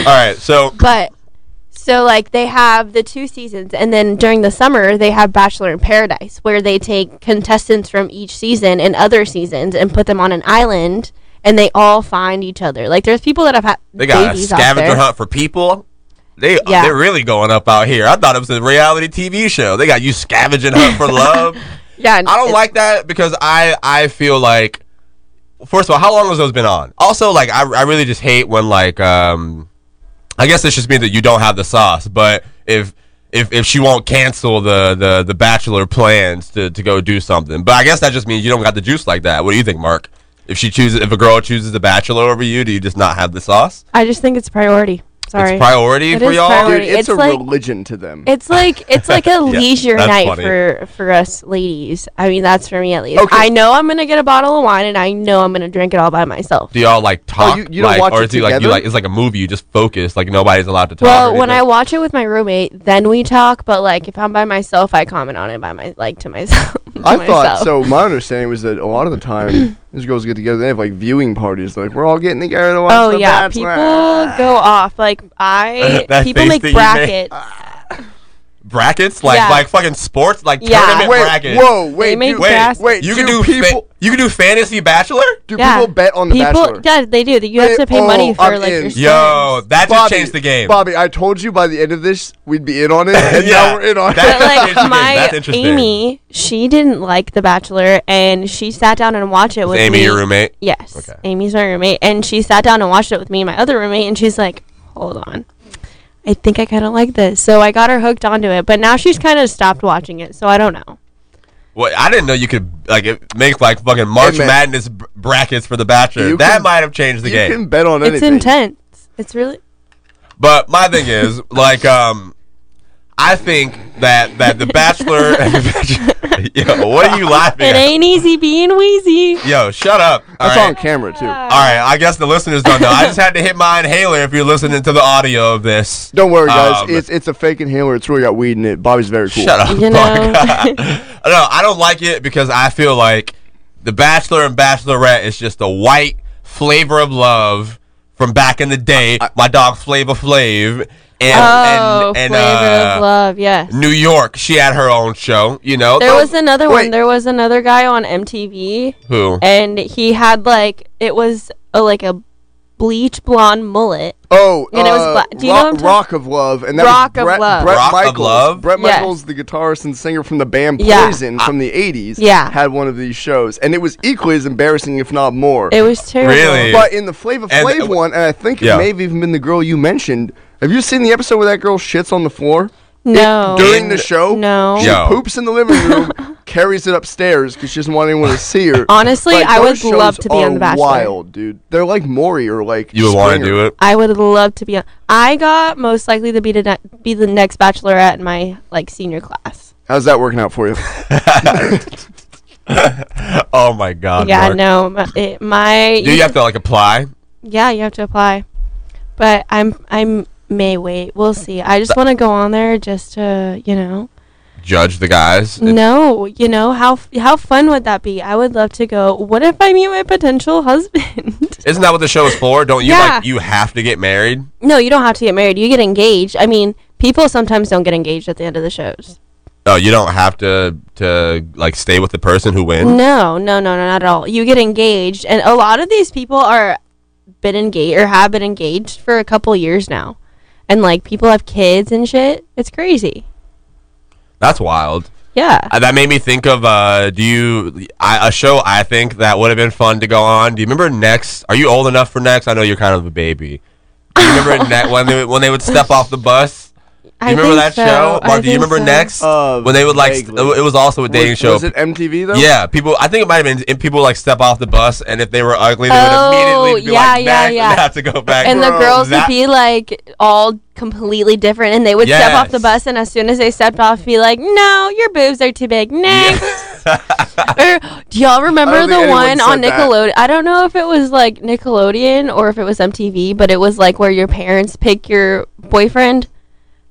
S1: right, so
S6: But so like they have the two seasons and then during the summer they have Bachelor in Paradise where they take contestants from each season and other seasons and put them on an island and they all find each other. Like there's people that have had
S1: they got a
S6: babies out
S1: scavenger
S6: there.
S1: hunt for people. They
S6: Yeah.
S1: they're really going up out here. I thought it was a reality TV show. They got you scavenging hunt for love.
S6: Yeah.
S1: I don't like that because I I feel like first of all, how long has those been on? Also, like I I really just hate when like um I guess this just means that you don't have the sauce, but if if, if she won't cancel the, the, the bachelor plans to, to go do something. But I guess that just means you don't got the juice like that. What do you think, Mark? If she chooses if a girl chooses the bachelor over you, do you just not have the sauce?
S6: I just think it's priority. Sorry.
S1: It's priority
S6: It
S1: for
S6: is
S1: y'all.
S6: priority. Sorry,
S5: Dude,
S6: it's
S5: it's, a
S6: like-
S5: religion to them.
S6: It's like it's like a leisure
S1: that's
S6: night
S1: funny.
S6: for for us ladies. I mean, that's for me at least.
S5: Okay.
S6: I know I'm gonna get a bottle of wine, and I know I'm gonna drink it all by myself.
S1: Do y'all like talk?
S5: Oh, you- you don't
S1: like,
S5: watch
S1: or is
S5: it
S1: it like you
S5: together?
S1: like it's like a movie? You just focus, like nobody's allowed to talk. or
S6: Well, when I
S1: anything?
S6: watch it with my roommate, then we talk. But like, if I'm by myself, I comment on it by my like to myself. to
S5: I
S6: myself.
S5: thought so. My understanding was that a lot of the time these girls get together. They have like viewing parties. Like we're all getting together to watch.
S6: Oh
S5: the
S6: yeah,
S5: Bachelor."
S6: people go off. Like I,
S1: That
S6: people
S1: face
S6: make
S1: that you made.
S6: brackets.
S1: brackets, like
S6: Yeah.
S1: like fucking sports, like
S6: Yeah.
S1: tournament
S5: Wait,
S1: brackets.
S5: whoa, wait,
S6: make
S5: dude,
S1: Wait,
S6: brackets.
S5: wait.
S1: you
S5: do
S1: can do fa-
S5: people.
S1: you can do fantasy bachelor.
S5: do
S6: Yeah.
S5: people bet on the
S6: people,
S5: Bachelor?
S6: yeah, they do. You have
S5: Wait,
S6: to pay
S5: oh,
S6: money for
S5: I'm
S6: like your
S5: in.
S6: stuff.
S1: Yo, that just
S5: Bobby,
S1: changed the game.
S5: Bobby, I told you by the end of this we'd be in on it, and
S1: Yeah.
S5: now we're in on
S1: That-
S5: it.
S6: but like
S1: Interesting.
S6: my
S1: That's interesting.
S6: Amy, she didn't like The Bachelor, and she sat down and watched it with
S1: Amy,
S6: me.
S1: your roommate.
S6: Yes,
S1: Okay.
S6: Amy's my roommate, and she sat down and watched it with me and my other roommate, and she's like, "Hold on, I think I kind of like this." So I got her hooked onto it, but now she's kind of stopped watching it, so I don't know.
S1: Well, I didn't know you could like it- make like fucking March
S5: man.
S1: Madness b- brackets for the bachelor.
S5: You
S1: That
S5: can-
S1: might have changed the
S5: You
S1: game.
S5: can bet on
S6: It's
S5: anything.
S6: intense. It's really
S1: But my thing is, like, um, I think that that the Bachelor, yo, what are you laughing
S6: it
S1: at?
S6: ain't easy being wheezy.
S1: Yo, shut up. All
S5: That's
S1: right.
S5: on camera too.
S1: All right, I guess the listeners don't know. I just had to hit my inhaler. If you're listening to the audio of this,
S5: Don't worry, guys.
S1: Um,
S5: it's it's a fake inhaler. It's really got weed in it. Bobby's very cool.
S1: Shut up.
S6: You know.
S1: Mark. no, I don't like it because I feel like The Bachelor and Bachelorette is just a white flavor of love from back in the day. My dog Flavor Flav and
S6: Oh,
S1: and, and
S6: flavor
S1: uh,
S6: of love. Yes.
S1: New York. She had her own show. You know,
S6: There was another one.
S5: wait.
S6: There was another guy on MTV,
S1: who?
S6: and he had like it was a, like a bleach blonde mullet.
S5: Oh,
S6: And it was
S5: uh,
S6: black. Do you know
S5: Rock,
S6: what I'm talking-
S5: Rock of Love, and that
S6: Rock
S5: was
S6: of
S5: Brett,
S6: Love.
S5: Brett
S1: Rock of
S5: Michaels.
S1: Love?
S5: Brett
S6: Yes.
S5: Michaels, the guitarist and singer from the band
S6: Yeah.
S5: Poison from the
S1: Ah.
S5: '80s,
S6: Yeah.
S5: had one of these shows, and it was equally as embarrassing, if not more.
S6: It was terrible.
S1: Really?
S5: but in the Flavor
S1: And-
S5: Flav one, and I think
S1: Yeah.
S5: it may have even been the girl you mentioned. Have you seen the episode where that girl shits on the floor
S6: No.
S5: during the show?
S6: No.
S5: she
S1: Yo.
S5: poops in the living room, carries it upstairs because she doesn't want anyone to see her.
S6: Honestly,
S5: Like,
S6: I
S5: those
S6: would love
S5: shows
S6: to be on
S5: are
S6: The Bachelor.
S5: Wild, dude. They're like Maury or like
S1: You would want to
S5: Springer.
S1: do it.
S6: I would love to be on. I got most likely to be to ne- be the next bachelorette in my like senior class.
S5: How's that working out for you?
S1: Oh my God.
S6: yeah,
S1: Mark.
S6: no, my, it, my
S1: Do you have to like apply?
S6: yeah, you have to apply, but I'm I'm may wait. We'll see. I just want to go on there just to you know.
S1: Judge the guys.
S6: No, you know how f- how fun would that be? I would love to go. What if I meet my potential husband?
S1: Isn't that what the show is for? Don't you
S6: Yeah.
S1: like you have to get married?
S6: no, you don't have to get married. You get engaged. I mean, People sometimes don't get engaged at the end of the shows.
S1: Oh, you don't have to to like stay with the person who wins.
S6: No, no, no, no, not at all. You get engaged, and a lot of these people are been engaged or have been engaged for a couple years now, and like people have kids and shit. It's crazy.
S1: That's wild.
S6: Yeah.
S1: Uh, that made me think of uh, do you I, a show I think that would have been fun to go on. Do you remember Next? Are you old enough for Next? I know you're kind of a baby. Do you remember ne- when they, when they would step off the bus? Do
S6: I
S1: you remember that
S6: think so.
S1: show?
S6: I
S1: Mark, do you
S6: think
S1: remember
S6: so.
S1: Next?
S5: Uh,
S1: when they would like st-
S5: vaguely.
S1: it was also a dating
S5: was,
S1: show.
S5: Was it MTV though?
S1: Yeah, people. I think it might have been if people like step off the bus, and if they were ugly, they
S6: Oh,
S1: would immediately be
S6: yeah,
S1: like,
S6: yeah,
S1: back
S6: yeah.
S1: and have to go back.
S6: And the
S1: Bro,
S6: girls
S1: that-
S6: would be like all completely different, and they would step off the
S1: Yes.
S6: bus, and as soon as they stepped off, be like, "No, your boobs are too big." Next. or do y'all remember
S5: think
S6: the
S5: anyone
S6: one on
S5: said that.
S6: Nickelodeon? I don't know if it was like Nickelodeon or if it was MTV, but it was like where your parents pick your boyfriend.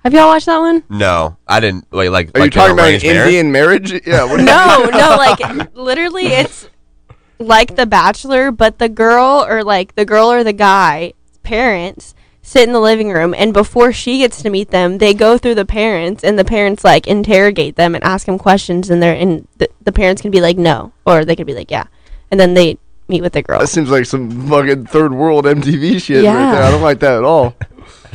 S6: Have y'all watched that one?
S1: No, I didn't. Wait, like
S5: Are
S1: like
S5: you talking
S1: an
S5: about an
S1: arranged marriage?
S5: Indian marriage? Yeah. What
S6: No, no, like literally, it's like The Bachelor, but the girl or like the girl or the guy parents sit in the living room, and before she gets to meet them, they go through the parents, and the parents like interrogate them and ask them questions, and they're and th- the parents can be like no, or they could be like yeah, and then they meet with the girl.
S5: That seems like some fucking third world MTV shit right
S6: Yeah.
S5: there. I don't like that at all.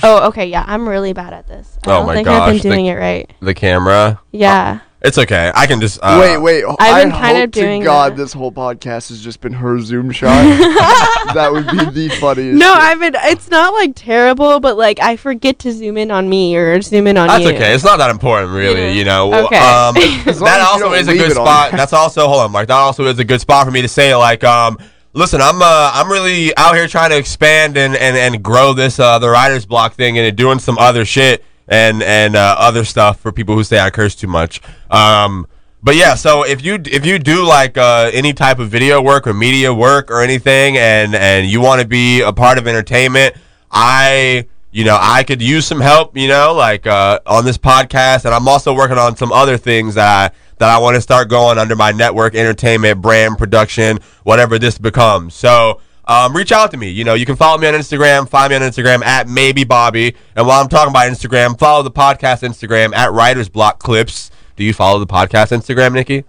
S6: Oh, okay, yeah, I'm really bad at this. I
S1: Oh
S6: don't
S1: my
S6: think I've
S1: gosh, uh,
S6: been doing
S1: the-
S6: it right.
S1: The camera.
S6: Yeah.
S1: It's okay. I can just uh,
S5: wait, wait. I've
S6: I've been kind
S5: hope
S6: of doing
S5: to God
S6: that.
S5: this whole podcast has just been her Zoom shot. that would be the funniest.
S6: No,
S5: shit.
S6: I've been. It's not like terrible, but like I forget to zoom in on me or zoom in on
S1: That's
S6: you.
S1: okay. It's not that important, really.
S6: Yeah.
S1: You know.
S6: Okay.
S1: Um,
S5: As long as
S1: that
S5: you
S1: also
S5: don't
S1: is a
S5: leave
S1: good
S5: it on
S1: spot.
S5: there.
S1: That's also hold on, Mark. That also is a good spot for me to say like, um, listen, I'm uh, I'm really out here trying to expand and and, and grow this uh, the writer's block thing and doing some other shit and and uh, other stuff for people who say I curse too much. Um, but yeah, so if you if you do like uh, any type of video work or media work or anything, and and you want to be a part of entertainment, I you know I could use some help. You know, like uh, on this podcast, and I'm also working on some other things that I that I want to start going under my network, entertainment, brand, production, whatever this becomes. So. Um, reach out to me. You know, you can follow me on Instagram. Find me on Instagram at maybe Bobby. And while I'm talking about Instagram, follow the podcast Instagram at Writers Block Clips. Do you follow the podcast Instagram, Nikki?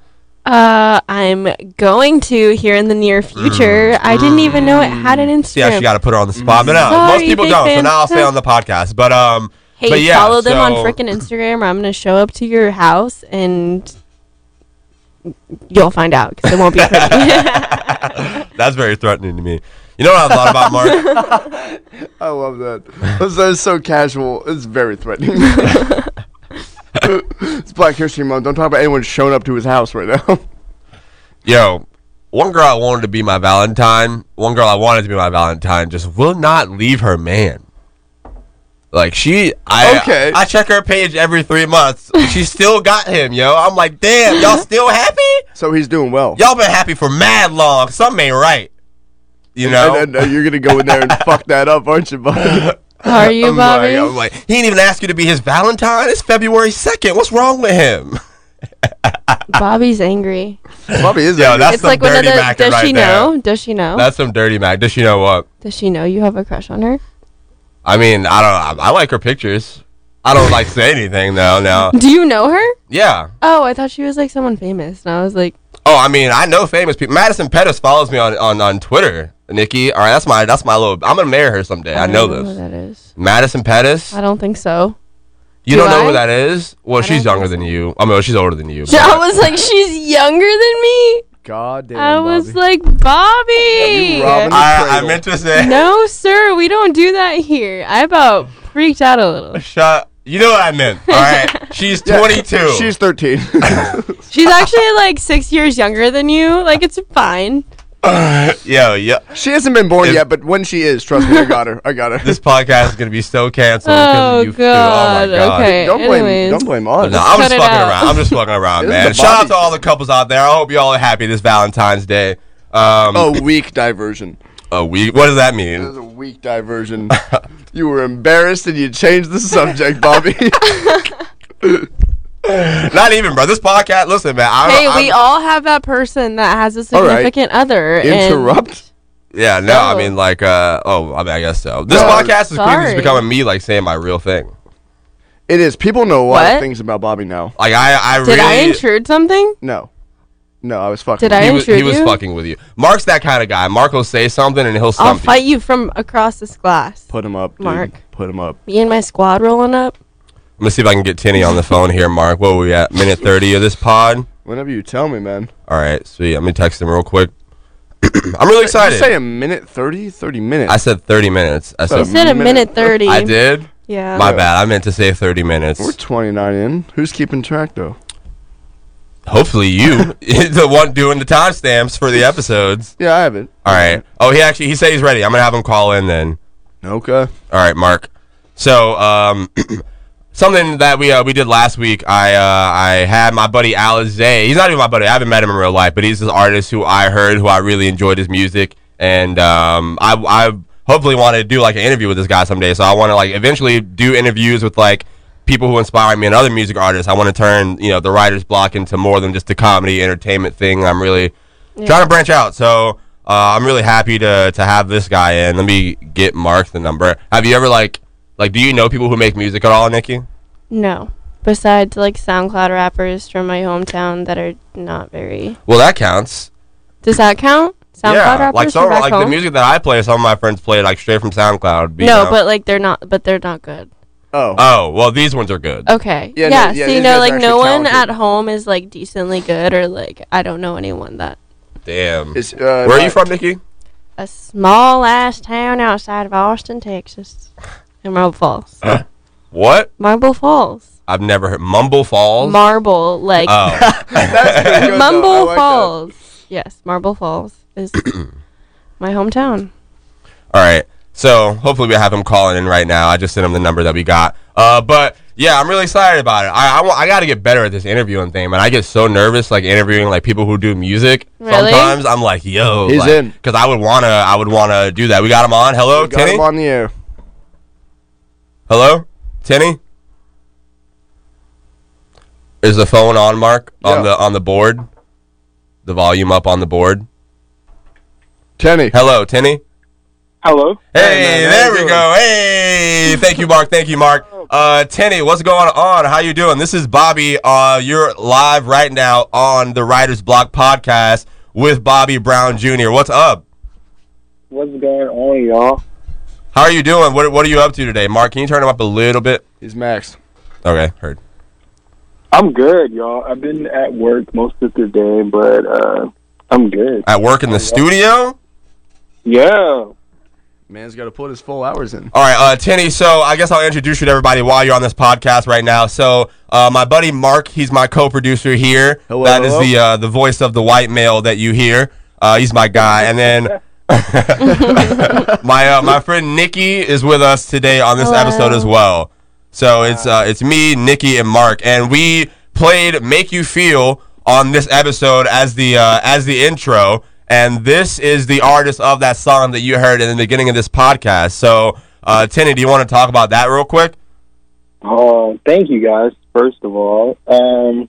S6: Uh, I'm going to here in the near future. I didn't even know it had an Instagram.
S1: Mm, Yeah, she got to put her on the spot. But no,
S6: Sorry,
S1: most people
S6: big
S1: don't. So
S6: fan.
S1: now I'll say on the podcast. But um,
S6: Hey,
S1: but yeah,
S6: follow them on
S1: so-
S6: frickin' Instagram. Or I'm gonna show up to your house and you'll find out because it won't be pretty.
S1: That's very threatening to me. You know what I thought about, Mark?
S5: I love that. That's, that's so casual. It's very threatening. it's Black History Month. Don't talk about anyone showing up to his house right now.
S1: Yo, one girl I wanted to be my Valentine. One girl I wanted to be my Valentine just will not leave her man. Like she, I
S5: Okay.
S1: I check her page every three months. She still got him, yo. I'm like, damn, y'all still happy?
S5: so he's doing well.
S1: Y'all been happy for mad long. Something ain't right. You know.
S5: And, and, uh, you're gonna go in there and fuck that up, aren't you, bud?
S6: Are you,
S1: I'm like-
S6: Bobby?
S1: I'm like, he didn't even ask you to be his Valentine. It's February 2nd. What's wrong with him?
S6: Bobby's angry.
S5: Bobby is.
S1: Yo,
S5: angry.
S1: ah. that's
S6: It's
S1: some
S6: like one of
S1: dirty
S6: the.
S1: Mac
S6: Does
S1: right
S6: she
S1: there.
S6: know? Does she know?
S1: That's some dirty Mac. Does she know what?
S6: does she know you have a crush on her?
S1: I mean, I don't. I, I like her pictures. I don't like say anything though. No.
S6: Do you know her?
S1: Yeah.
S6: Oh, I thought she was like someone famous, and I was like,
S1: Oh, I mean, I know famous people. Madison Pettis follows me on, on, on Twitter. Nikki. All right, that's my that's my little. I'm gonna marry her someday. I,
S6: don't
S1: know
S6: who
S1: this.
S6: that is.
S1: Madison Pettis.
S6: I don't think so.
S1: you
S6: do
S1: don't know
S6: I?
S1: who that is? Well,
S6: don't
S1: she's younger
S6: think
S1: than you. I mean, well, she's older than you.
S6: I
S1: but-
S6: was like, she's younger than me.
S5: God damn.
S6: I was
S5: Bobby.
S6: like, Bobby.
S5: You robbing
S1: I, I meant to say.
S6: no, sir, we don't do that here. I about freaked out a little.
S1: Shut. You know what I meant. All right. She's
S5: Yeah,
S1: 22.
S5: She's 13.
S6: She's actually like six years younger than you. Like, it's fine.
S1: Yo, yo,
S5: she hasn't been born
S1: If-
S5: yet, but when she is, trust me, I got her. I got her.
S1: this podcast is gonna be so canceled. because
S6: Oh,
S1: of you two.
S6: God.
S1: Oh my God.
S6: Okay.
S5: don't blame.
S6: anyways.
S5: Don't blame us.
S1: No, I'm
S6: Cut
S1: just
S6: it
S1: fucking
S6: out.
S1: around. I'm just fucking around,
S5: This is
S1: man.
S5: the
S1: Shout out
S5: Bobby.
S1: to all the couples out there. I hope y'all are happy this Valentine's Day. Um,
S5: A weak diversion.
S1: a week. What does that
S5: That
S1: mean?
S5: was a weak diversion. you were embarrassed and you changed the subject, Bobby.
S1: Not even, bro. This podcast. Listen, man. I'm,
S6: Hey,
S1: Oh, I'm-
S6: we all have that person that has a
S5: All right.
S6: significant other. and-
S5: Interrupt.
S1: Yeah, no. I
S6: Oh.
S1: mean, like, uh, oh, I mean, I guess so. This
S5: No,
S1: podcast is quickly just
S6: sorry.
S1: becoming me, like, saying my real thing.
S5: It is. People know a lot of
S6: What?
S5: things about Bobby now.
S1: Like I, I
S6: Did
S1: really.
S6: I intrude something?
S5: No, no, I was fucking.
S6: Did I
S1: He was,
S6: intrude
S1: he was
S6: you?
S1: fucking with you. Mark's that kind of guy. Mark will say something and he'll
S6: I'll
S1: stump you.
S6: fight you from across this glass.
S5: put him up, dude.
S6: Mark.
S5: Put him up.
S6: Me and my squad rolling up.
S1: I'm gonna see if I can get Tinny on the phone here, Mark. What were we at? Minute 30 of this pod.
S5: Whenever you tell me, man.
S1: All right, sweet. I'm gonna text him real quick. I'm really
S5: Did you
S1: excited.
S5: say a minute 30? 30 minutes.
S1: I said 30 minutes. I
S6: You
S1: said
S5: Seven
S6: said a
S5: minute-
S6: minute thirty.
S1: I did.
S6: Yeah.
S1: My bad. I meant to say 30 minutes.
S5: We're 29 in. Who's keeping track though?
S1: Hopefully you, the one doing the timestamps for the episodes.
S5: Yeah, I have it.
S1: All right. Oh, he actually he said he's ready. I'm gonna have him call in then.
S5: Okay.
S1: All right, Mark. So, um, something that we uh, we did last week, I uh, I had my buddy Alizé. He's not even my buddy. I haven't met him in real life, but he's this artist who I heard, who I really enjoyed his music, and um, I I hopefully want to do like an interview with this guy someday. So I want to like eventually do interviews with like people who inspire me and other music artists. I want to turn you know the writer's block into more than just a comedy entertainment thing. I'm really trying to branch out. So uh, I'm really happy to to have this guy in. Let me get Mark the number. Have you ever like like do you know people who make music at all, Nikki?
S6: No. Besides like SoundCloud rappers from my hometown that are not very
S1: Well, that counts.
S6: Does that count? SoundCloud
S1: yeah,
S6: rappers
S1: like
S6: from
S1: some
S6: back
S1: like the
S6: home?
S1: music that I play, some of my friends play like straight from SoundCloud. you
S6: no,
S1: know?
S6: but like they're not but they're not good.
S5: Oh.
S1: oh well, these ones are good.
S6: Okay. Yeah.
S5: Yeah, no,
S6: so
S5: yeah,
S6: you
S5: these guys
S6: know,
S5: are
S6: like no
S5: actually
S6: one
S5: talented.
S6: at home is like decently good, or like I don't know anyone that
S1: Damn.
S5: It's, uh,
S1: Where are you
S5: not-
S1: from, Nikki?
S6: a small ass town outside of Austin, Texas, in Marble Falls.
S1: What?
S6: Marble Falls.
S1: I've never heard Mumble Falls.
S6: Marble, like
S1: oh,
S5: That's pretty good, though. I
S6: Mumble
S5: like that.
S6: Falls. Yes, Marble Falls is my hometown.
S1: all right. So hopefully we have him calling in right now. I just sent him the number that we got. Uh, but yeah, I'm really excited about it. I I, wa- I got to get better at this interviewing thing, man. I get so nervous like interviewing like people who do music.
S6: Really?
S1: Sometimes I'm like, yo,
S5: He's
S1: like-
S5: in.
S1: Cause I would wanna, I would wanna do that. We got him on. Hello,
S5: We got
S1: Tinny.
S5: him on the air.
S1: Hello, Tinny. Is the phone on, Mark?
S5: Yeah.
S1: On the on the board, the volume up on the board.
S5: Tenny.
S1: Hello, Tinny.
S4: Hello.
S1: Hey,
S5: man, how
S1: there
S5: you
S1: we
S5: doing? Oh.
S1: go. Hey, thank you, Mark. Thank you, Mark. Uh, Tenny, what's going on? How you doing? This is Bobby. Uh, you're live right now on the Writers Block podcast with Bobby Brown Jr. What's up?
S4: What's going on, y'all?
S1: How are you doing? What What are you up to today, Mark? Can you turn him up a little bit?
S5: He's maxed.
S1: Okay, heard.
S4: I'm good, y'all. I've been at work most of the day, but uh, I'm good.
S1: At work in the studio.
S4: Yeah.
S5: Man's got to put his full hours in.
S1: All right, uh, Tinny. So I guess I'll introduce you to everybody while you're on this podcast right now. So uh, my buddy Mark, he's my co-producer here.
S5: Hello,
S1: That is
S5: hello.
S1: the uh, the voice of the white male that you hear. Uh, he's my guy, and then my uh, my friend Nikki is with us today on this
S6: Hello.
S1: episode as well. So it's uh, it's me, Nikki, and Mark, and we played "Make You Feel" on this episode as the uh, as the intro, and this is the artist of that song that you heard in the beginning of this podcast. So, uh, Tinny, do you want to talk about that real quick?
S4: Uh, thank you guys. First of all, um,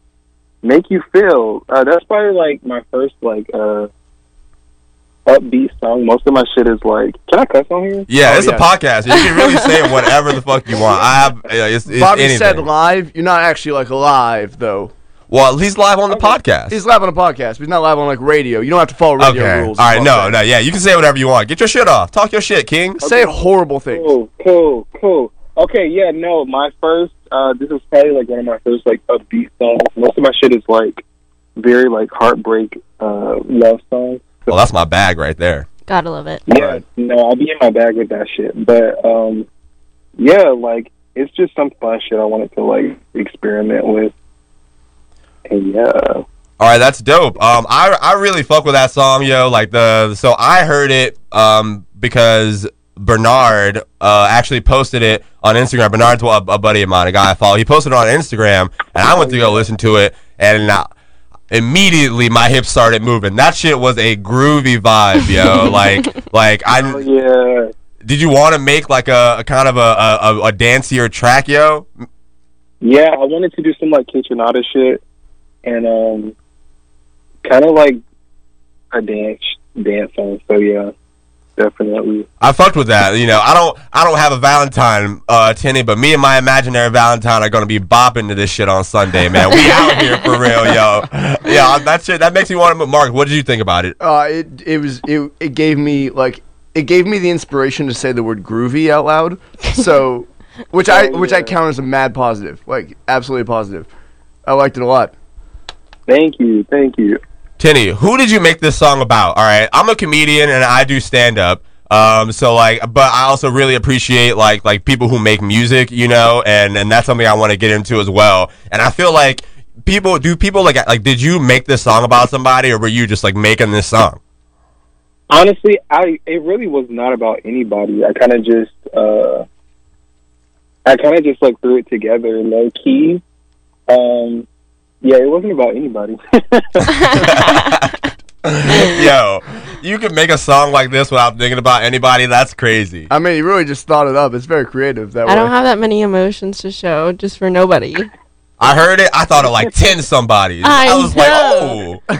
S4: make you feel. Uh, that's probably like my first like uh, upbeat song. Most of my shit is like. Can I cuss on here?
S1: Yeah,
S5: Oh,
S1: it's
S5: yeah.
S1: a podcast. You can really say whatever the fuck you want. I have uh, it's, it's
S5: Bobby
S1: anything.
S5: said live. You're not actually like live though.
S1: well, he's live on the podcast.
S5: He's live on a podcast, but he's not live on like radio. You don't have to follow radio
S1: okay. All
S5: rules.
S1: right.
S5: Fuck
S1: No.
S5: that.
S1: No. Yeah. You can say whatever you want. Get your shit off. Talk your shit, King.
S5: Say horrible things.
S4: Cool, cool, cool. Okay, yeah, no, my first. Uh, this was probably like one of my first like upbeat songs. Most of my shit is like very like heartbreak uh, love songs.
S1: Well, that's my bag right there.
S6: Gotta love it.
S4: Yeah, no, I'll be in my bag with that shit. But um, yeah, like it's just some fun shit I wanted to like experiment with. And yeah,
S1: All right, that's dope. Um, I I really fuck with that song, yo. Like the so I heard it um because Bernard uh actually posted it on Instagram. Bernard's a, a buddy of mine, a guy I follow. He posted it on Instagram, and I went to go listen to it, and I, immediately my hips started moving. That shit was a groovy vibe, yo. like like
S4: oh,
S1: I
S4: yeah.
S1: did you want to make like a, a kind of a, a a- a dancier track, yo?
S4: Yeah, I wanted to do some like kitchenada shit, and um, kind of like a dance dance song. So yeah, definitely.
S1: I fucked with that. You know, I don't I don't have a Valentine uh tinny, but me and my imaginary Valentine are gonna be bopping to this shit on Sunday, man. We out here for real, yo. Yeah, that shit that makes me want to Mark, what did you think about it?
S5: Uh, it it was it, it gave me like it gave me the inspiration to say the word groovy out loud. So, which I
S4: Oh,
S5: which I
S4: yeah.
S5: count as a mad positive, like absolutely positive. I liked it a lot.
S4: Thank you, thank you.
S1: Tinny, who did you make this song about? All right, I'm a comedian and I do stand up. Um, so like, but I also really appreciate like like people who make music, you know, and and that's something I want to get into as well. And I feel like people do people like like did you make this song about somebody or were you just like making this song?
S4: Honestly, I it really was not about anybody. I kind of just uh, I kind of just like threw it together low key. Um, yeah, it wasn't about anybody.
S1: Yo, you could make a song like this without thinking about anybody. That's crazy.
S5: I mean, you really just thought it up. It's very creative that
S6: I
S5: way.
S6: don't have that many emotions to show just for nobody.
S1: I heard it. I thought of like ten somebody.
S6: I
S1: was
S6: know.
S1: like,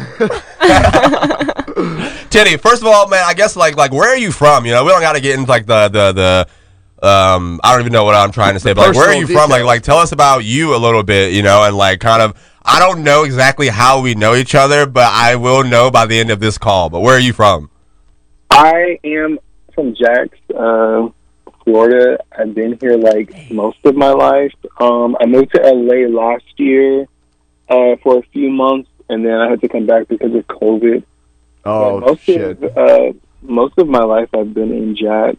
S1: oh. Teddy, first of all, man, I guess like like where are you from? You know, we don't got to get into like the the the. Um, I don't even know what I'm trying to say, but like, where are
S5: personal
S1: you from? Like,
S5: details.
S1: like tell us about you a little bit, you know, and like kind of. I don't know exactly how we know each other, but I will know by the end of this call. But where are you from?
S4: I am from Jax, uh, Florida. I've been here like most of my life. Um, I moved to LA last year uh, for a few months, and then I had to come back because of COVID.
S5: oh
S4: most
S5: shit!
S4: Of, uh, most of my life, I've been in Jack.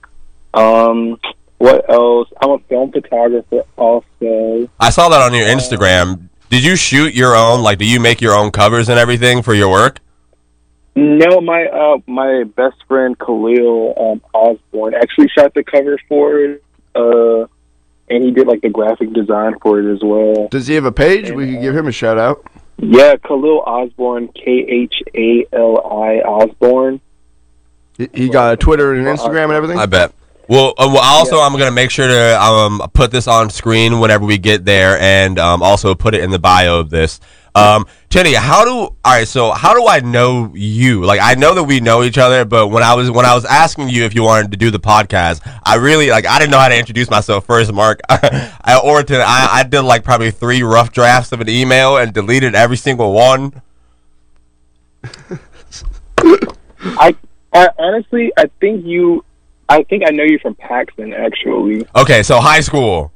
S4: Um, what else? I'm a film photographer, also.
S1: I saw that on your Instagram. Did you shoot your own? Like, do you make your own covers and everything for your work?
S4: No, my uh, my best friend Khalil um, Osborne actually shot the cover for it, uh, and he did like the graphic design for it as well.
S5: Does he have a page? We could give him a shout out.
S4: Yeah, Khalil Osborne, K H A L I Osborne.
S5: He, he got a Twitter and an Instagram and everything.
S1: I bet. Well, uh, well also, I'm going to make sure to um, put this on screen whenever we get there and um, also put it in the bio of this. Um, Tenny, how do all right? So, how do I know you? Like, I know that we know each other, but when I was when I was asking you if you wanted to do the podcast, I really like I didn't know how to introduce myself first, Mark. I, or to, I, I did like probably three rough drafts of an email and deleted every single one.
S4: I, I honestly, I think you, I think I know you from Paxton actually.
S1: Okay, so high school.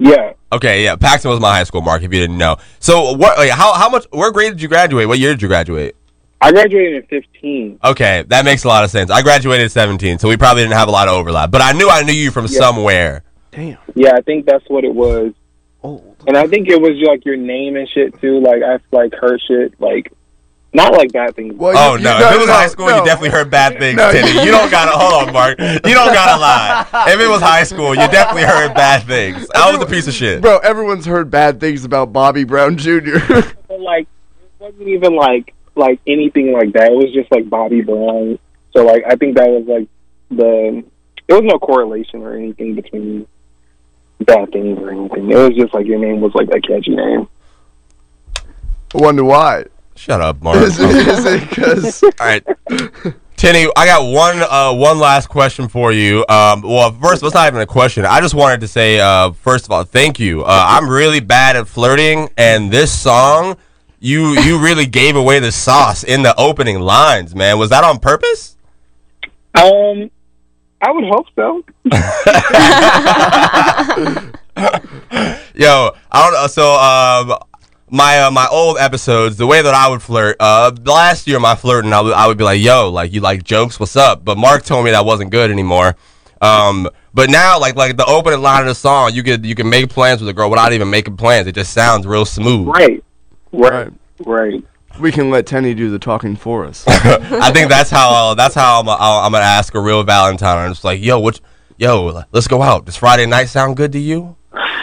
S4: Yeah,
S1: Okay, yeah, Paxton was my high school, Mark. If you didn't know, so what? Like, how how much? What grade did you graduate? What year did you graduate?
S4: I graduated in fifteen.
S1: Okay, that makes a lot of sense. I graduated at seventeen, so we probably didn't have a lot of overlap. But I knew I knew you from somewhere.
S5: Damn.
S4: Yeah, I think that's what it was,
S5: Old.
S4: and I think it was like your name and shit too. Like I've like heard shit like, not like bad things.
S5: Well,
S1: Oh
S5: you- you-
S1: no! if it was high school,
S5: no.
S1: you definitely heard bad things,
S5: No,
S1: Timmy.
S5: you-
S1: You don't gotta hold on, Mark. You don't gotta lie. If it was high school, you definitely heard bad things. I was a piece of shit.
S5: Bro, everyone's heard bad things about Bobby Brown Jr.
S4: But, like it wasn't even like like anything like that. It was just like Bobby Brown. So like I think that was like the there was no correlation or anything between bad things or anything. It was just like your name was like a catchy name.
S5: Wonder why?
S1: Shut up, Mark.
S5: Is it- is it because?
S1: All right. Tinny, I got one uh, one last question for you. Um, well, first, it's not even a question. I just wanted to say, uh, first of all, thank you. Uh, I'm really bad at flirting, and this song, you you really gave away the sauce in the opening lines, man. Was that on purpose?
S4: Um I would hope so.
S1: Yo, I don't know. So, um, my uh, my old episodes, the way that I would flirt. Uh, last year, my flirting, I would I would be like, "Yo, like you like jokes? What's up?" But Mark told me that wasn't good anymore. Um, but now, like like the opening line of the song, you could you can make plans with a girl without even making plans. It just sounds real smooth.
S4: Right. Right. Right.
S5: We can let Tenny do the talking for us.
S1: I think that's how I'll, that's how I'm I'll, I'm gonna ask a real Valentine. I'm just like, yo, what? Yo, let's go out. Does Friday night sound good to you?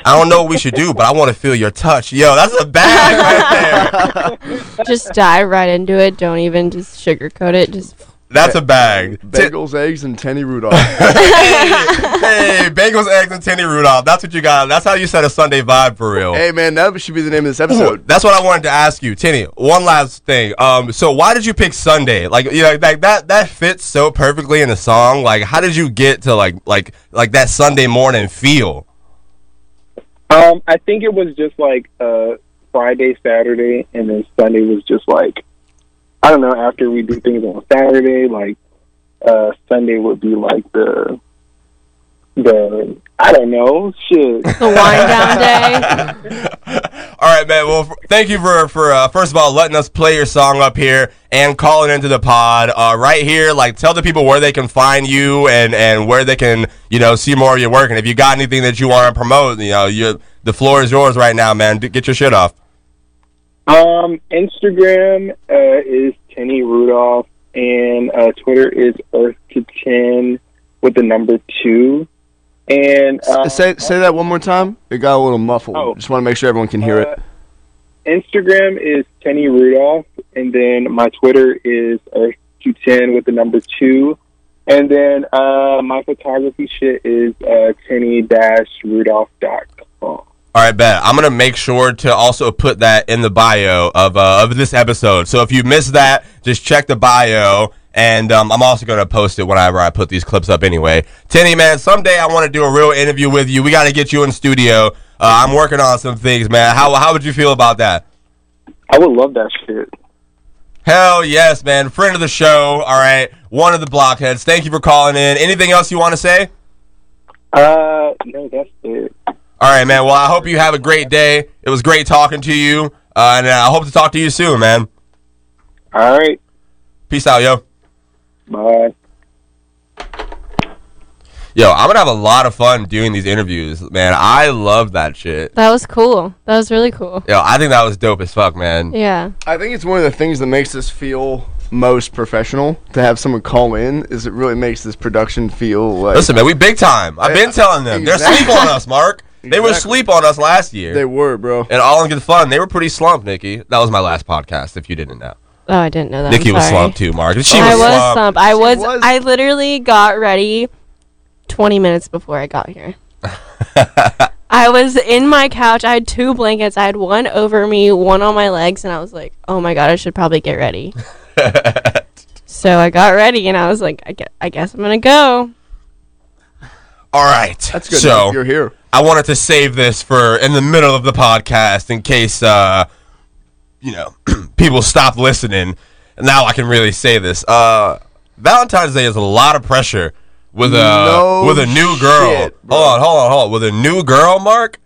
S1: I don't know what we should do, but I want to feel your touch. Yo, that's a bag right there.
S6: just dive right into it. Don't even just sugarcoat it. Just
S1: That's a bag. Ti-
S5: Bagels, eggs, and Tenny Rudolph.
S1: Oh. hey, hey, bagels, eggs, and Tenny Rudolph. That's what you got. That's how you set a Sunday vibe for real.
S5: hey, man, that should be the name of this
S1: Ooh,
S5: episode.
S1: that's what I wanted to ask you, Tinny. One last thing. Um, so why did you pick Sunday? Like, you know, like that that fits so perfectly in the song. Like, how did you get to like like like that Sunday morning feel?
S4: Um, I think it was just like uh, Friday, Saturday, and then Sunday was just like I don't know. After we do things on Saturday, like uh, Sunday would be like the the I don't know shit.
S6: The wind down day.
S1: All right, man. Well, f- thank you for for uh, first of all letting us play your song up here and calling into the pod uh, right here. Like, tell the people where they can find you and and where they can you know see more of your work. And if you got anything that you want to promote, you know, you the floor is yours right now, man. D- get your shit off.
S4: Um, Instagram uh, is Tenny Rudolph, and uh, Twitter is Earth to Ten with the number two. And uh,
S5: S- say say that one more time. It got a little muffled.
S4: Oh. Uh,
S5: Just want to make sure everyone can hear it.
S4: Instagram is Tenny Rudolph, and then my Twitter is Earth to Ten with the number two. And then uh, my photography shit is uh, Tenny-Rudolph.com.
S1: All right, bet. I'm gonna make sure to also put that in the bio of uh, of this episode. So if you missed that, just check the bio, and um, I'm also gonna post it whenever I put these clips up. Anyway, Tenny man, someday I want to do a real interview with you. We gotta get you in studio. Uh, I'm working on some things, man. How how would you feel about that?
S4: I would love that shit.
S1: Hell yes, man. Friend of the show. All right, one of the blockheads. Thank you for calling in. Anything else you want to say?
S4: Uh, no, that's it.
S1: All right, man. Well, I hope you have a great day. It was great talking to you, uh, and I hope to talk to you soon, man.
S4: All right,
S1: Peace out, yo.
S4: bye.
S1: Yo, I'm gonna have a lot of fun doing these interviews, man. I love that shit.
S6: That was cool. That was really cool.
S1: Yo, I think that was dope as fuck, man.
S6: Yeah.
S5: I think it's one of the things that makes us feel most professional to have someone call in. Is it really makes this production feel like
S1: Listen, man, we big time. I've been telling them they're
S5: Exactly.
S1: sleep on us, Mark. They were
S5: Exactly.
S1: sleep on us last year,
S5: they were, bro?
S1: and all in good fun. They were pretty slumped, Nikki. That was my last podcast. If you didn't know,
S6: Oh, I didn't know that.
S1: Nikki
S6: I'm
S1: was
S6: sorry.
S1: slumped too, Mark. She
S6: I
S1: was,
S6: was
S1: slumped.
S6: slumped. I was,
S5: was.
S6: I literally got ready 20 minutes before I got here. I was in my couch. I had two blankets. I had one over me, one on my legs, and I was like, "Oh my god, I should probably get ready." so I got ready, and I was like, "I guess, I guess I'm gonna go."
S1: All right,
S5: That's good.
S1: So
S5: you're here.
S1: I wanted to save this for in the middle of the podcast in case uh you know people stop listening. Now I can really say this. Uh Valentine's Day is a lot of pressure with a
S5: No
S1: with a new girl.
S5: shit, bro.
S1: hold on, hold on, hold on. With a new girl, Mark,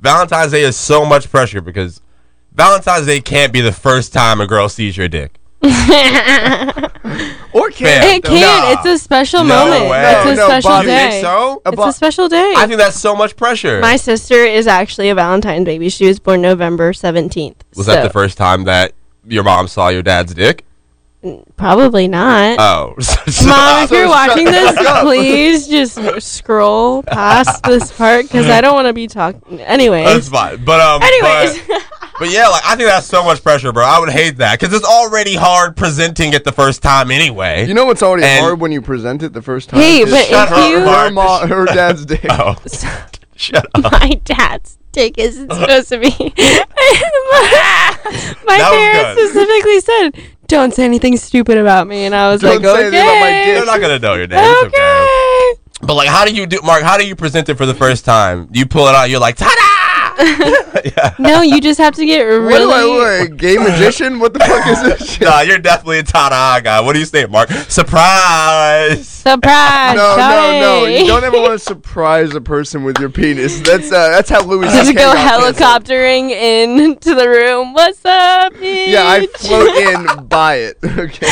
S1: Valentine's Day is so much pressure because Valentine's Day can't be the first time a girl sees your dick.
S5: Or
S1: Bam.
S5: can
S6: It can.
S1: Nah.
S6: It's a special
S1: No
S6: moment.
S1: way.
S6: It's a
S5: No,
S6: special
S5: Bobby.
S1: You think
S6: day.
S1: so?
S6: It's a special day.
S1: I think that's so much pressure.
S6: my sister is actually a Valentine's baby. She was born November 17th.
S1: was that
S6: so-
S1: the first time that your mom saw your dad's dick?
S6: Probably not.
S1: Oh,
S6: Mom, if
S5: So
S6: you're
S5: shut
S6: watching
S5: the
S6: this,
S5: fuck up.
S6: please just scroll past this part because I don't want to be talking.
S1: That's
S6: Anyways,
S1: fine. But um,
S6: anyways,
S1: But, but yeah, like I think that's so much pressure, bro. I would hate that because it's already hard presenting it the first time anyway.
S5: you know what's already
S1: And-
S5: hard when you present it the first time?
S6: Hey,
S5: is
S6: but
S5: shut
S1: if
S5: her-
S1: you-
S5: her, ma- her dad's dick.
S1: Oh, shut up.
S6: my dad's dick isn't supposed to be. my
S1: That was
S6: parents
S1: good.
S6: specifically said, "Don't say anything stupid about me," and I was
S5: Don't
S6: like,
S5: say anything about my
S6: "Okay,
S1: They're not gonna know your name. It's okay.
S6: okay."
S1: But like, how do you do, Mark? How do you present it for the first time? You pull it out. You're like, ta-da! yeah.
S6: No, you just have to get
S5: What
S6: really.
S5: am I, what, a gay magician? What the fuck is this shit?
S1: Nah, you're definitely a ta-da guy. What do you say, Mark? Surprise!
S6: Surprise!
S5: No, no, no!
S6: sorry.
S5: You don't ever want to surprise a person with your penis. That's uh, that's how Louis.
S6: just
S5: CK
S6: go
S5: got canceled.
S6: helicoptering into the room. What's up, bitch?
S5: Yeah, I float in by it. Okay.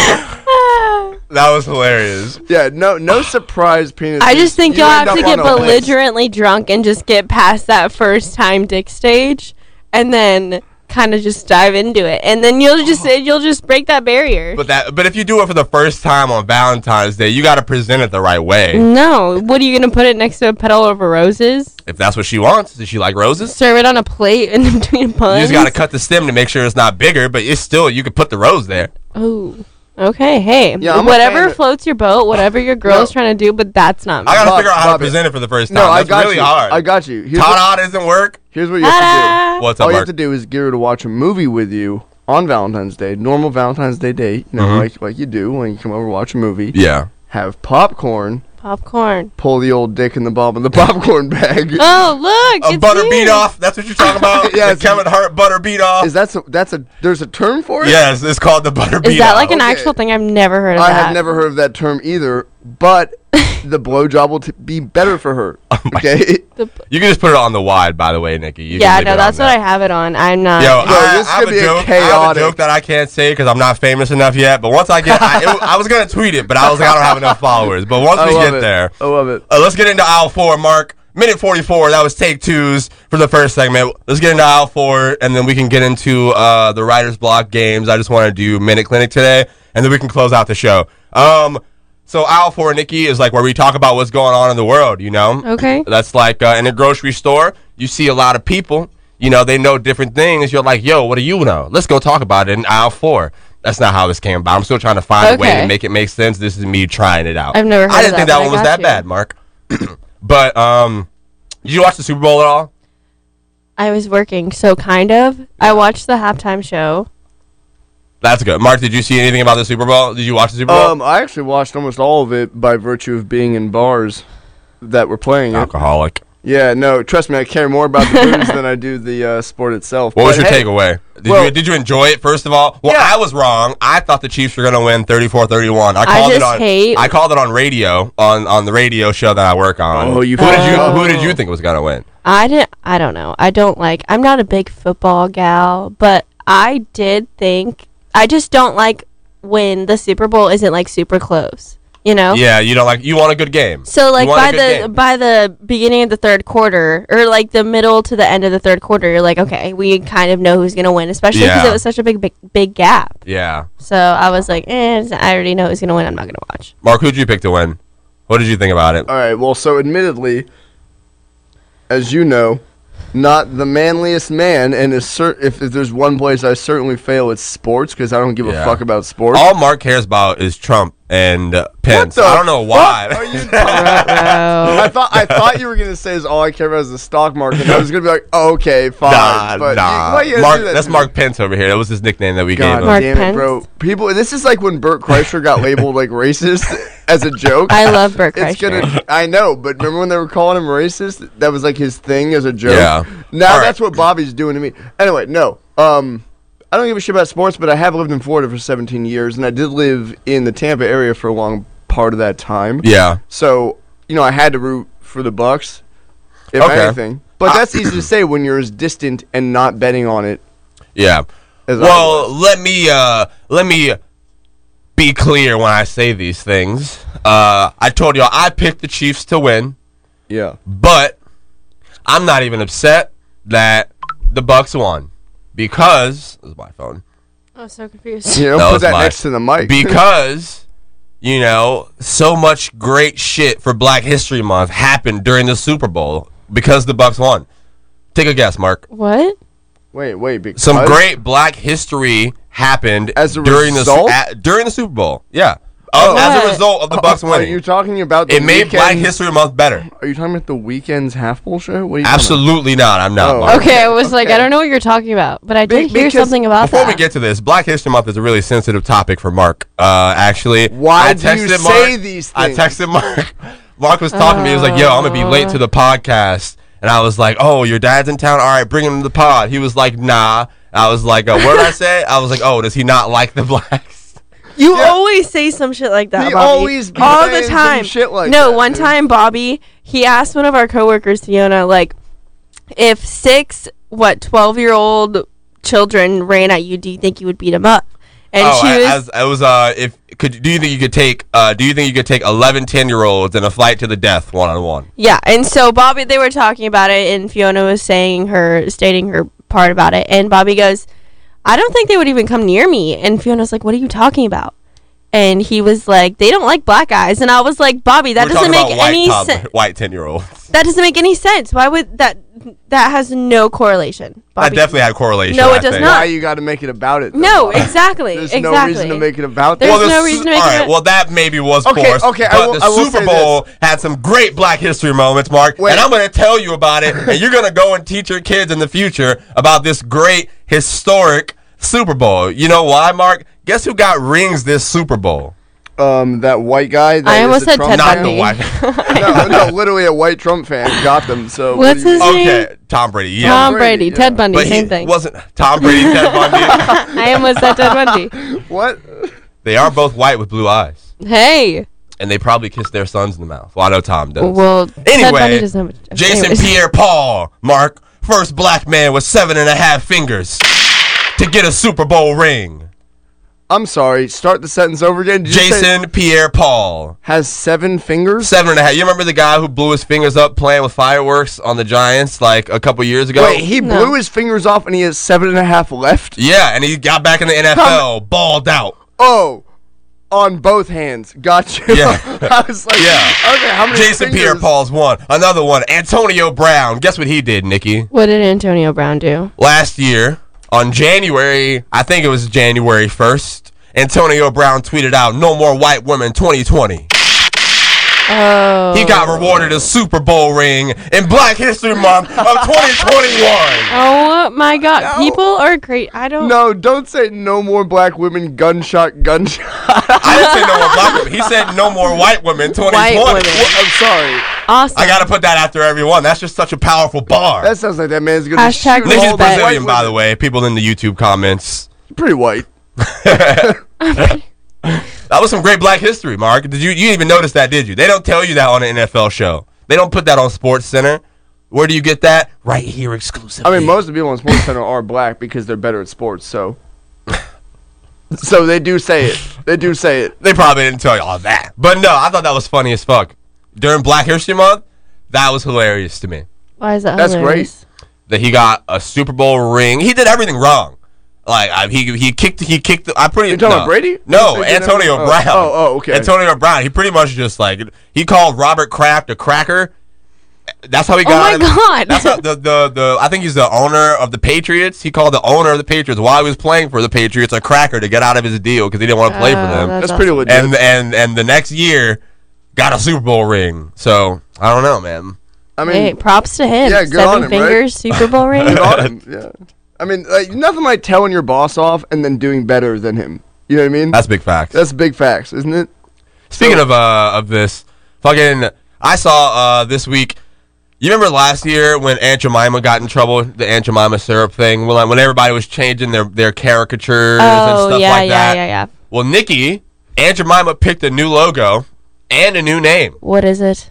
S1: That was hilarious.
S5: Yeah, no, no surprise penis.
S6: I just think
S5: You
S6: you will
S5: end
S6: have
S5: up
S6: to get
S5: on a list.
S6: belligerently drunk and just get past that first time dick stage, and then kind of just dive into it, and then you'll just you'll just break that barrier.
S1: But that, but if you do it for the first time on Valentine's Day, you got to present it the right way.
S6: no, what are you gonna put it next to a petal of roses?
S1: If that's what she wants, does she like roses?
S6: Serve it on a plate in between buns.
S1: You just gotta cut the stem to make sure it's not bigger, but it's still you could put the rose there.
S6: Oh, Okay, hey.
S5: Yeah, I'm a fan
S6: whatever
S5: of-
S6: floats your boat, whatever your girl's
S5: No.
S6: trying to do, but that's not me.
S1: I gotta
S5: Bob-
S1: figure out how
S5: Bobby.
S1: to present it for the first time.
S5: No, I
S1: That's
S5: got
S1: really
S5: you.
S1: hard.
S5: I got you. Here's what,
S1: Ta-da doesn't work.
S5: here's what you have to
S6: Ta-da!
S1: What's
S5: do. All
S1: up,
S5: you
S1: Mark?
S5: have to do is get her to watch a movie with you on Valentine's Day, normal Valentine's Day date, you know, like like you do when you come over, watch a movie,
S1: Mm-hmm. yeah.
S5: have popcorn,
S6: Popcorn.
S5: pull the old dick in the bottom of the popcorn bag.
S6: Oh, look.
S1: A
S6: it's
S1: butter
S6: you.
S1: beat off. That's what you're talking about.
S5: Yeah,
S1: yeah,
S5: it's-
S1: Kevin Hart butter beat off.
S5: Is that so, that's a there's a term for it?
S1: yes, it's called the butter beat
S6: Is that like
S1: off.
S6: an
S5: Okay.
S6: actual thing? I've never heard of
S5: I
S6: that.
S5: have never heard of that term either, but the blowjob will t- be better for her.
S1: Oh
S5: Okay,
S6: The p-
S1: You can just put it on the wide, by the way, Nikki. You can
S6: yeah,
S1: leave it
S6: no,
S1: on
S6: that's
S1: there.
S6: what I have it on. I'm not.
S1: Yo, I,
S5: this
S1: I have
S5: could
S1: a
S5: be a
S1: joke. I have a
S5: chaotic-
S1: joke that I can't say because I'm not famous enough yet. But once I get, I, it, I was gonna tweet it, but I was like, I don't have enough followers. But once
S5: I
S1: we
S5: love
S1: get
S5: it. Oh.
S1: there,
S5: I love it.
S1: uh, let's get into aisle four, Mark. Minute 44. That was take twos for the first segment. Let's get into aisle four, and then we can get into uh, the writer's block games. I just want to do minute clinic today, and then we can close out the show. Um, so aisle four, Nikki, is like where we talk about what's going on in the world. You know,
S6: Okay.
S1: that's like uh, in a grocery store. You see a lot of people. You know, they know different things. You're like, yo, what do you know? Let's go talk about it in aisle four. That's not how this came about. I'm still trying to find a way to
S6: Okay.
S1: make it make sense. This is me trying it out.
S6: I've never heard
S1: I didn't
S6: of
S1: think
S6: that,
S1: that
S6: but I
S1: one was
S6: got
S1: that
S6: you.
S1: bad, Mark. but um, did you watch the Super Bowl at all?
S6: I was working, so kind of. I watched the halftime show.
S1: That's good. Mark, did you see anything about the Super Bowl? Did you watch the Super Bowl?
S5: Um, I actually watched almost all of it by virtue of being in bars that were playing it.
S1: Alcoholic.
S5: Yeah, no, trust me, I care more about the booze than I do the uh, sport itself.
S1: What was
S5: But
S1: your
S5: hey,
S1: takeaway? Did,
S5: well-
S1: you, did you enjoy it, first of all? Well, I was wrong. I thought the Chiefs were going to win 34 31. I called it
S6: just
S1: on
S6: hate-
S1: I called it on radio, on, on the radio show that I work on.
S5: Oh, you
S1: who, did you,
S5: fucked
S1: who did you think was going to win?
S6: I didn't. I don't know. I don't like. I'm not a big football gal, but I did think. I just don't like when the Super Bowl isn't like super close. You know.
S1: Yeah, you don't like, you want a good game.
S6: So like
S1: You want a
S6: by the
S1: good game.
S6: by the beginning of the third quarter, or like the middle to the end of the third quarter, you're like, okay, we kind of know who's gonna win, especially because
S1: Yeah.
S6: it was such a big, big big gap.
S1: Yeah.
S6: So I was like, eh, I already know who's gonna win. I'm not gonna watch.
S1: Mark, who did you pick to win? What did you think about it?
S5: All right, well, so admittedly, as you know, not the manliest man, and is cer- if, if there's one place I certainly fail, it's sports because I don't give
S1: Yeah.
S5: a fuck about sports.
S1: All Mark cares about is Trump and uh, Pence.
S5: the
S1: I don't know why.
S5: fuck are you talking-
S1: Oh.
S5: I thought I thought you were gonna say is all I care about is the stock market. and I was gonna be like, oh, okay, fine.
S1: nah,
S5: but you-
S1: nah.
S5: why you gotta
S1: Mark,
S5: do that
S1: that's
S5: to me?
S1: Mark Pence over here. That was his nickname that we gave
S5: God
S1: him.
S6: Mark
S5: damn it,
S6: Pence.
S5: bro. People, and this is like when Burt Kreischer got labeled like racist as a joke.
S6: I love Burt
S5: It's
S6: Kreischer.
S5: gonna. I know, but remember when they were calling him racist? That was like his thing as a joke.
S1: Yeah.
S5: Now
S1: All right.
S5: that's what Bobby's doing to me. Anyway, no. Um, I don't give a shit about sports, but I have lived in Florida for 17 years, and I did live in the Tampa area for a long part of that time.
S1: Yeah.
S5: So you know, I had to root for the Bucks, if
S1: Okay.
S5: anything. But that's easy to say when you're as distant and not betting on it.
S1: Yeah.
S5: As I
S1: well, let me uh, let me be clear when I say these things. Uh, I told y'all I picked the Chiefs to win,
S5: Yeah.
S1: but I'm not even upset that the Bucks won because this is my phone.
S6: I was so confused.
S5: You know,
S1: That
S5: put
S1: was
S5: that
S1: my-
S5: next to the mic.
S1: because you know so much great shit for Black History Month happened during the Super Bowl because the Bucks won. Take a guess, Mark.
S6: What?
S5: wait, wait. Because
S1: Some great Black history happened
S5: As a
S1: during
S5: result? Oh.
S1: the at, during the Super Bowl. Yeah, Uh, as a
S6: What?
S1: result of the Bucks
S5: Are you
S1: winning,
S5: talking about the
S1: it made
S5: weekend-
S1: Black History Month better.
S5: Are you talking about the weekend's half bull show? What are you talking about?
S1: Absolutely not. I'm not.
S5: Oh.
S1: Mark.
S6: Okay, I was like,
S5: okay.
S6: I don't know what you're talking about, but I
S5: Be-
S6: did hear
S5: because-
S6: something about
S1: Before
S6: that.
S1: we get to this, Black History Month is a really sensitive topic for Mark. Uh, actually,
S5: Why
S1: I
S5: do you
S1: texted
S5: say
S1: Mark-
S5: these
S1: I
S5: things?
S1: texted Mark. Mark was talking to me. He was like, "Yo, I'm gonna be late to the podcast," and I was like, "Oh, your dad's in town. All right, bring him to the pod." He was like, "Nah." I was like, uh, "What did I say?" I was like, "Oh, does he not like the blacks?"
S6: You always say some shit like that.
S5: He
S6: Bobby.
S5: always be
S6: all
S5: saying
S6: the
S5: some
S6: time.
S5: shit like
S6: no,
S5: that,
S6: one
S5: dude.
S6: time Bobby, he asked one of our coworkers, Fiona, like, if six what twelve year old children ran at you, do you think you would beat them up? And
S1: oh,
S6: she
S1: I,
S6: was,
S1: as, I was. Uh, if could do you think you could take? Uh, do you think you could take 11 10 year olds in a fight to the death one on one?
S6: yeah. And so Bobby, they were talking about it, and Fiona was saying her, stating her part about it, and Bobby goes, I don't think they would even come near me. And Fiona's like, What are you talking about? and he was like, "They don't like black guys," and I was like, "Bobby, that
S1: We're talking
S6: doesn't make
S1: about white
S6: any
S1: toddler-
S6: sense.
S1: White ten year olds.
S6: That doesn't make any sense. Why would that? That has no correlation."
S1: That
S6: Bobby.
S1: definitely had correlation.
S6: No,
S1: I
S6: it does
S1: think.
S6: not.
S5: Why you got to make it about it? though?
S6: No, exactly.
S5: There's
S6: exactly.
S5: no reason to make it about
S6: There's
S5: that.
S6: no
S1: the
S6: reason to
S1: Su-
S6: make
S1: all
S6: it
S1: right,
S6: a-
S1: well, that maybe was
S5: Okay,
S1: forced.
S5: okay, I
S1: but
S5: will-
S1: the
S5: I will
S1: Super
S5: say
S1: Bowl had some great Black History moments, Mark,
S5: Wait.
S1: and I'm going to tell you about it, and you're going to go and teach your kids in the future about this great historic Super Bowl. You know why, Mark? Guess who got rings this Super Bowl?
S5: um, that white guy. That
S6: I
S5: is
S6: almost
S5: a
S6: said
S5: Trump
S6: Ted
S5: fan.
S1: Not
S6: Bundy.
S1: the white.
S5: no, no, literally a white Trump fan got them. So what
S6: What's
S5: do you-
S6: his name?
S1: okay, Tom Brady. Yeah.
S6: Tom Brady,
S5: Brady, yeah.
S6: Ted Bundy,
S1: But
S6: same
S1: he
S6: thing.
S1: wasn't Tom Brady, Ted Bundy.
S6: I almost said Ted Bundy.
S5: What?
S1: they are both white with blue eyes,
S6: Hey,
S1: and they probably kiss their sons in the mouth. Well, I know Tom does.
S6: well, Ted Bundy
S1: Anyway,
S6: doesn't have much.
S1: Jason
S6: anyways.
S1: Pierre Paul, Mark, first black man with seven and a half fingers to get a Super Bowl ring.
S5: I'm sorry. Start the sentence over again. Did you say-
S1: Jason Pierre Paul,
S5: has seven fingers.
S1: seven and a half. You remember the guy who blew his fingers up playing with fireworks on the Giants like a couple years ago?
S5: Wait, he
S6: No.
S5: blew his fingers off and he has seven and a half left.
S1: yeah, and he got back in the NFL, balled out.
S5: Oh, on both hands. Got you.
S1: Yeah.
S5: I was like,
S1: Yeah.
S5: Okay, how many?
S1: Jason
S5: fingers?
S1: Pierre Paul's one. Another one, Antonio Brown. Guess what he did, Nikki?
S6: What did Antonio Brown do?
S1: last year on January, I think it was January 1st, Antonio Brown tweeted out, No more white women 2020.
S6: Oh,
S1: He got rewarded a Super Bowl ring in Black History Month of 2021.
S6: Oh my God!
S5: No.
S6: People are great. I don't.
S5: No, don't say no more black women. Gunshot, gunshot.
S1: I didn't say no more black women. He said no more white women 2020.
S6: White women.
S1: What-
S5: I'm sorry.
S6: Awesome.
S1: I gotta put that after everyone. That's just such a powerful bar.
S5: That sounds like that man's gonna
S6: Hashtag
S5: shoot
S1: Nikki's
S5: all the
S6: respect.
S5: white
S1: Brazilian, by the
S5: women.
S1: way. People in the YouTube comments.
S5: Pretty white.
S1: That was some great Black History, Mark. Did you you didn't even notice that, did you? They don't tell you that on an NFL show. They don't put that on Sports Center. Where do you get that? Right here,
S5: I
S1: exclusively.
S5: mean, most of the people on Sports Center are black because they're better at sports. So, so they do say it. They do say it.
S1: they probably didn't tell you all that. But no, I thought that was funny as fuck. During Black History Month, that was hilarious to me.
S6: Why is that?
S5: That's
S6: hilarious?
S1: That he got a Super Bowl ring. He did everything wrong. Like I, he he kicked he kicked. I pretty.
S5: You're talking
S1: no.
S5: about Brady?
S1: No,
S5: You said you
S1: Antonio
S5: never- oh,
S1: Brown.
S5: oh, oh, okay.
S1: Antonio Brown. He pretty much just like he called Robert Kraft a cracker. That's how he got.
S6: Oh my
S1: him.
S6: God.
S1: That's how the, the the I think he's the owner of the Patriots. He called the owner of the Patriots while he was playing for the Patriots a cracker to get out of his deal because he didn't want to play
S6: Oh,
S1: for them
S6: that's
S5: That's pretty
S6: awesome.
S5: legit.
S1: and and and the next year got a Super Bowl ring. So I don't know, man.
S5: I mean,
S6: Hey, props to him.
S5: Yeah, good
S6: Seven
S5: on him, right?
S6: fingers, Super Bowl ring.
S5: good on him, yeah. I mean, like, nothing like telling your boss off and then doing better than him. You know what I mean?
S1: That's big facts.
S5: That's big facts, isn't it?
S1: Speaking of uh of this, fucking I saw uh this week. You remember last year when Aunt Jemima got in trouble, the Aunt Jemima syrup thing, when, like, when everybody was changing their their caricatures and
S6: oh
S1: stuff
S6: yeah,
S1: like
S6: yeah,
S1: that.
S6: yeah, yeah.
S1: Well, Nikki, Aunt Jemima picked a new logo and a new name.
S6: What is it?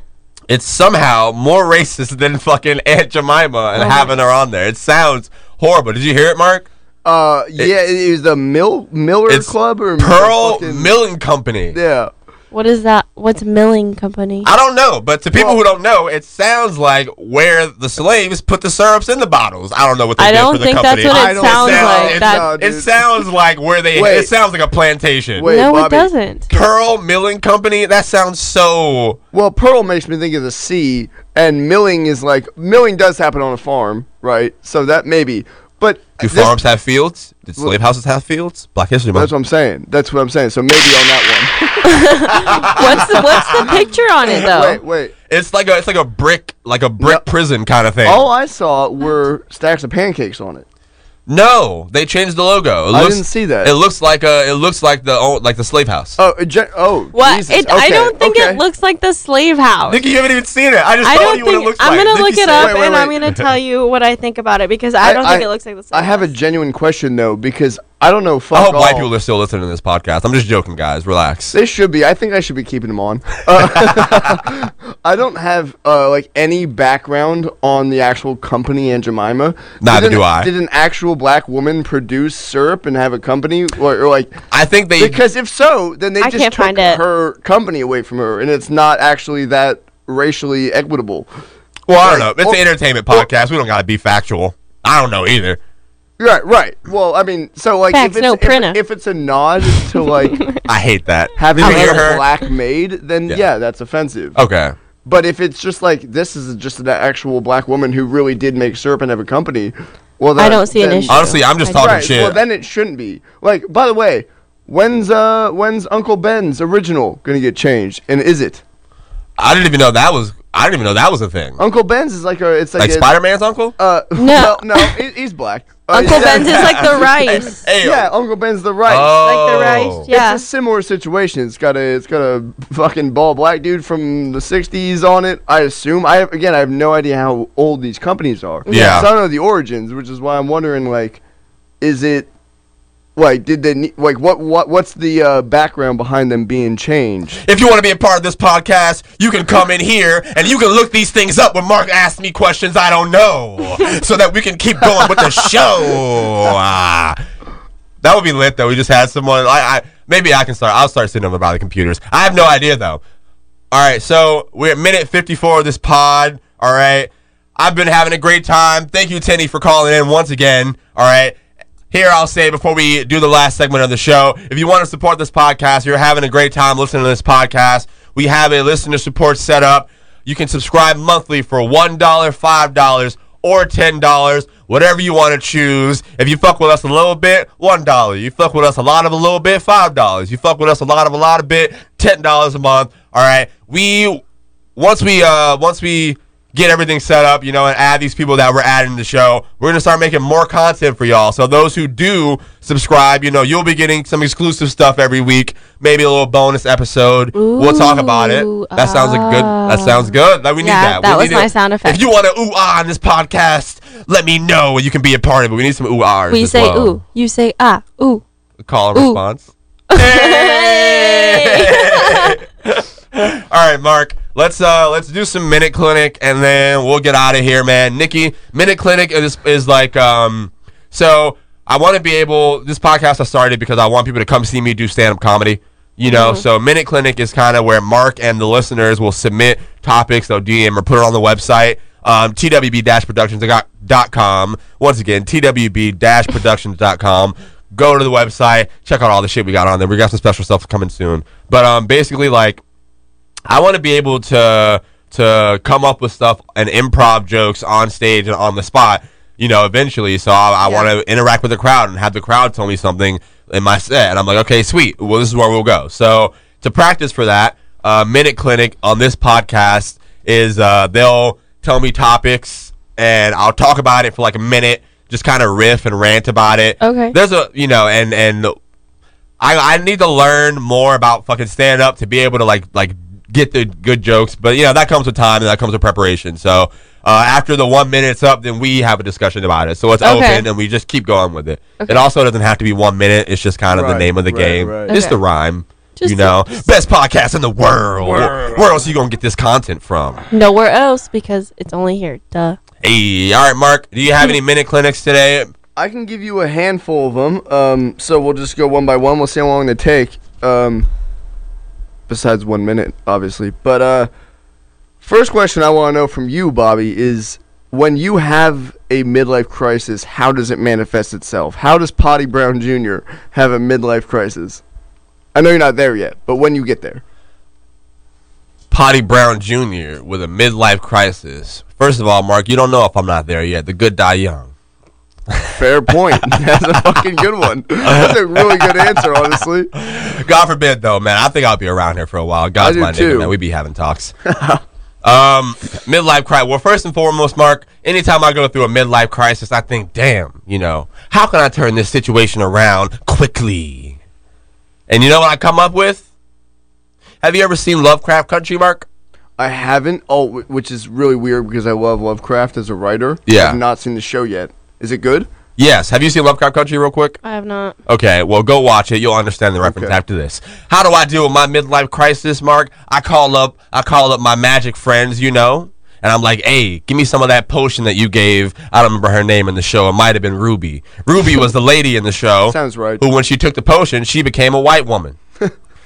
S1: It's somehow more racist than fucking Aunt Jemima and
S6: Oh my-
S1: having her on there. It sounds horrible. Did you hear it, Mark?
S5: Uh, yeah, it is the Mill Miller
S1: It's
S5: Club or
S1: Pearl
S5: fucking-
S1: Milling Company.
S5: Yeah,
S6: What is that? What's milling company?
S1: I don't know, but to people who don't know, it sounds like where the slaves put the syrups in the bottles. I don't know what they
S6: I
S1: did
S6: don't
S1: for the
S6: think that's
S1: company.
S6: what it
S5: I don't
S6: sounds
S5: know. uh,
S6: like.
S1: it,
S6: That-
S5: No, dude.
S1: it sounds like where they. It
S5: Wait.
S1: sounds like a plantation.
S5: Wait,
S6: no, it
S5: Bobby.
S6: doesn't.
S1: Pearl Milling Company. That sounds so.
S5: Well, Pearl makes me think of the sea, and milling is like milling does happen on a farm, right? So that maybe, but
S1: Do
S5: this-
S1: farms have fields? Did slave houses have fields? Black History Month.
S5: That's what I'm saying. That's what I'm saying. So maybe on that
S6: What's the, what's the picture on it
S5: one.
S6: though?
S5: Wait, wait.
S1: It's like a. It's like a brick. Like a brick prison kind of thing.
S5: All I saw were stacks of pancakes on it.
S1: No, they changed the logo. It
S5: I didn't see that.
S1: It looks like a. It looks like the old, like the slave house.
S5: Oh, it gen- oh,
S6: What?
S5: Jesus.
S6: It, I
S5: Okay,
S6: don't think
S5: okay.
S6: it looks like the slave house.
S1: Nikki, you haven't even seen it. I just
S6: I
S1: told
S6: don't
S1: you
S6: think
S1: what it looks
S6: I'm
S1: like.
S6: gonna
S1: Nikki
S6: look it
S1: said-
S6: up
S5: Wait, wait,
S6: and I'm
S5: wait.
S6: gonna tell you what I think about it because I, don't think it looks like the slave
S5: I have a
S6: house.
S5: genuine question though because I don't know. Fuck
S1: I hope
S5: all.
S1: white people are still listening to this podcast. I'm just joking, guys. Relax.
S5: They should be. I think I should be keeping them on. Uh, I don't have uh, like any background on the actual company and Jemima.
S1: Neither
S5: Did an-
S1: do I.
S5: Did an actual black woman produce syrup and have a company, or, or like?
S1: I think they.
S5: Because if so, then they
S6: I
S5: just
S6: can't
S5: took
S6: find it.
S5: her company away from her, and it's not actually that racially equitable. oh,
S1: well, I don't know. It's
S5: Well-
S1: an entertainment podcast. we don't gotta be factual. I don't know either.
S5: Right, right. Well, I mean, so like
S6: Facts,
S5: if, it's,
S6: no,
S5: if,
S6: printer.
S5: if it's a nod to like
S1: I hate that.
S5: having
S1: Finger
S5: a
S1: her.
S5: black maid, then
S1: Yeah.
S5: yeah. that's offensive.
S1: Okay.
S5: But if it's just like this is just an actual black woman who really did make syrup and have a company, well,
S6: I
S5: that-
S6: don't see an
S5: then-
S6: issue.
S1: Honestly, I'm just
S6: I-
S1: talking
S5: Right,
S1: shit.
S5: Well, then it shouldn't be. Like, by the way, when's uh when's Uncle Ben's original gonna get changed, and is it?
S1: I didn't even know that was. I didn't even know that was a thing.
S5: Uncle Ben's is like a it's like,
S1: Like
S5: a,
S1: Spider Man's uncle.
S5: Uh,
S6: No.
S5: well, no, he, he's black. Uh,
S6: Uncle
S5: yeah.
S6: Ben's is like the rice.
S1: Hey,
S5: Yeah, Uncle Ben's the right.
S6: Like the
S1: Oh.
S6: rice. Yeah.
S5: It's a similar situation. It's got a it's got a fucking bald black dude from the '60s on it. I assume. I again, I have no idea how old these companies are.
S1: Yeah.
S5: so I don't know the origins, which is why I'm wondering like, is it like did they ne- like what what what's the uh, background behind them being changed?
S1: If you want to be a part of this podcast, you can come in here and you can look these things up when Mark asks me questions I don't know so that we can keep going with the show. Ah. that would be lit though. We just had someone I, I maybe I can start I'll start sitting over by the computers. I have no idea though. All right, so we're at minute 54 of this pod. All right. I've been having a great time. Thank you, Tenny, for calling in once again. All right. Here, I'll say before we do the last segment of the show if you want to support this podcast, you're having a great time listening to this podcast, we have a listener support set up. You can subscribe monthly for $1, $5, or $10, whatever you want to choose. If you fuck with us a little bit, $1. You fuck with us a lot of a little bit, $5. You fuck with us a lot of a lot of bit, $10 a month. All right. We once we uh once we get everything set up, you know, and add these people that we're adding to the show, we're gonna start making more content for y'all. So those who do subscribe, you know, you'll be getting some exclusive stuff every week, maybe a little bonus episode. we'll talk about it.
S6: Ooh,
S1: That sounds like good. That sounds good. That we need
S6: Yeah,
S1: that.
S6: that
S1: We
S6: was
S1: need
S6: my
S1: it.
S6: sound effect.
S1: If you want to ooh ah on this podcast, let me know. You can be a part of it. We need some ooh ahs.
S6: We
S1: as
S6: say
S1: well.
S6: ooh. You say ah. Ooh.
S1: Call and
S6: Ooh.
S1: response. Hey! All right, Mark. Let's uh let's do some minute clinic and then we'll get out of here, man. Nikki, minute clinic is is like um so I want to be able this podcast I started because I want people to come see me do stand up comedy. You know, so minute clinic is kind of where Mark and the listeners will submit topics, they'll DM or put it on the website. Um, twb-productions.com. Once again, twb-productions.com go to the website, check out all the shit we got on there. We got some special stuff coming soon. But um, basically, like, I want to be able to to come up with stuff and improv jokes on stage and on the spot. You know, eventually. So I, I want to interact with the crowd and have the crowd tell me something in my set, and I'm like, okay, sweet. Well, this is where we'll go. So to practice for that, uh, Minute Clinic on this podcast is uh, they'll tell me topics and I'll talk about it for like a minute, just kind of riff and rant about it.
S6: Okay.
S1: There's a you know, and and I, I need to learn more about fucking stand up to be able to like like get the good jokes. But you know that comes with time and that comes with preparation. So uh, after the one minute's up, then we have a discussion about it. So it's
S6: Okay.
S1: open and we just keep going with it. It also doesn't have to be one minute. It's just kind of the
S5: Right,
S1: name of the
S5: right,
S1: game.
S5: right.
S1: It's
S6: Okay.
S1: the rhyme.
S6: Just-
S1: you know, best podcast in the world. Where else you gonna get this content from?
S6: Nowhere else because it's only here. Duh.
S1: Hey, all right, Mark. Do you have any minute clinics today?
S5: I can give you a handful of them. Um, so we'll just go one by one. We'll see how long they take. Um, besides one minute, obviously. But uh, first question I want to know from you, Bobby, is when you have a midlife crisis, how does it manifest itself? How does Potty Brown Jr. have a midlife crisis? I know you're not there yet, but when you get there,
S1: Potty Brown Jr. with a midlife crisis. First of all, Mark, you don't know if I'm not there yet. The good die young.
S5: fair point. That's a fucking good one. That's a really good answer, honestly.
S1: God forbid, though, man. I think I'll be around here for a while. God's
S5: I do
S1: my nigga,
S5: too.
S1: man. We be having talks. um, midlife crisis. Well, first and foremost, Mark, anytime I go through a midlife crisis, I think, damn, you know, how can I turn this situation around quickly? And you know what I come up with? Have you ever seen Lovecraft Country, Mark?
S5: I haven't. Oh, wh- which is really weird because I love Lovecraft as a writer.
S1: Yeah.
S5: I've not seen the show yet. Is it good?
S1: Yes. Have you seen Lovecraft Country, real quick?
S6: I have not.
S1: Okay, well, go watch it. You'll understand the reference
S5: Okay.
S1: after this. How do I deal with my midlife crisis, Mark? I call up, I call up my magic friends, you know, and I'm like, "Hey, give me some of that potion that you gave." I don't remember her name in the show. It might have been Ruby. Ruby was the lady in the show.
S5: Sounds right.
S1: Who, when she took the potion, she became a white woman.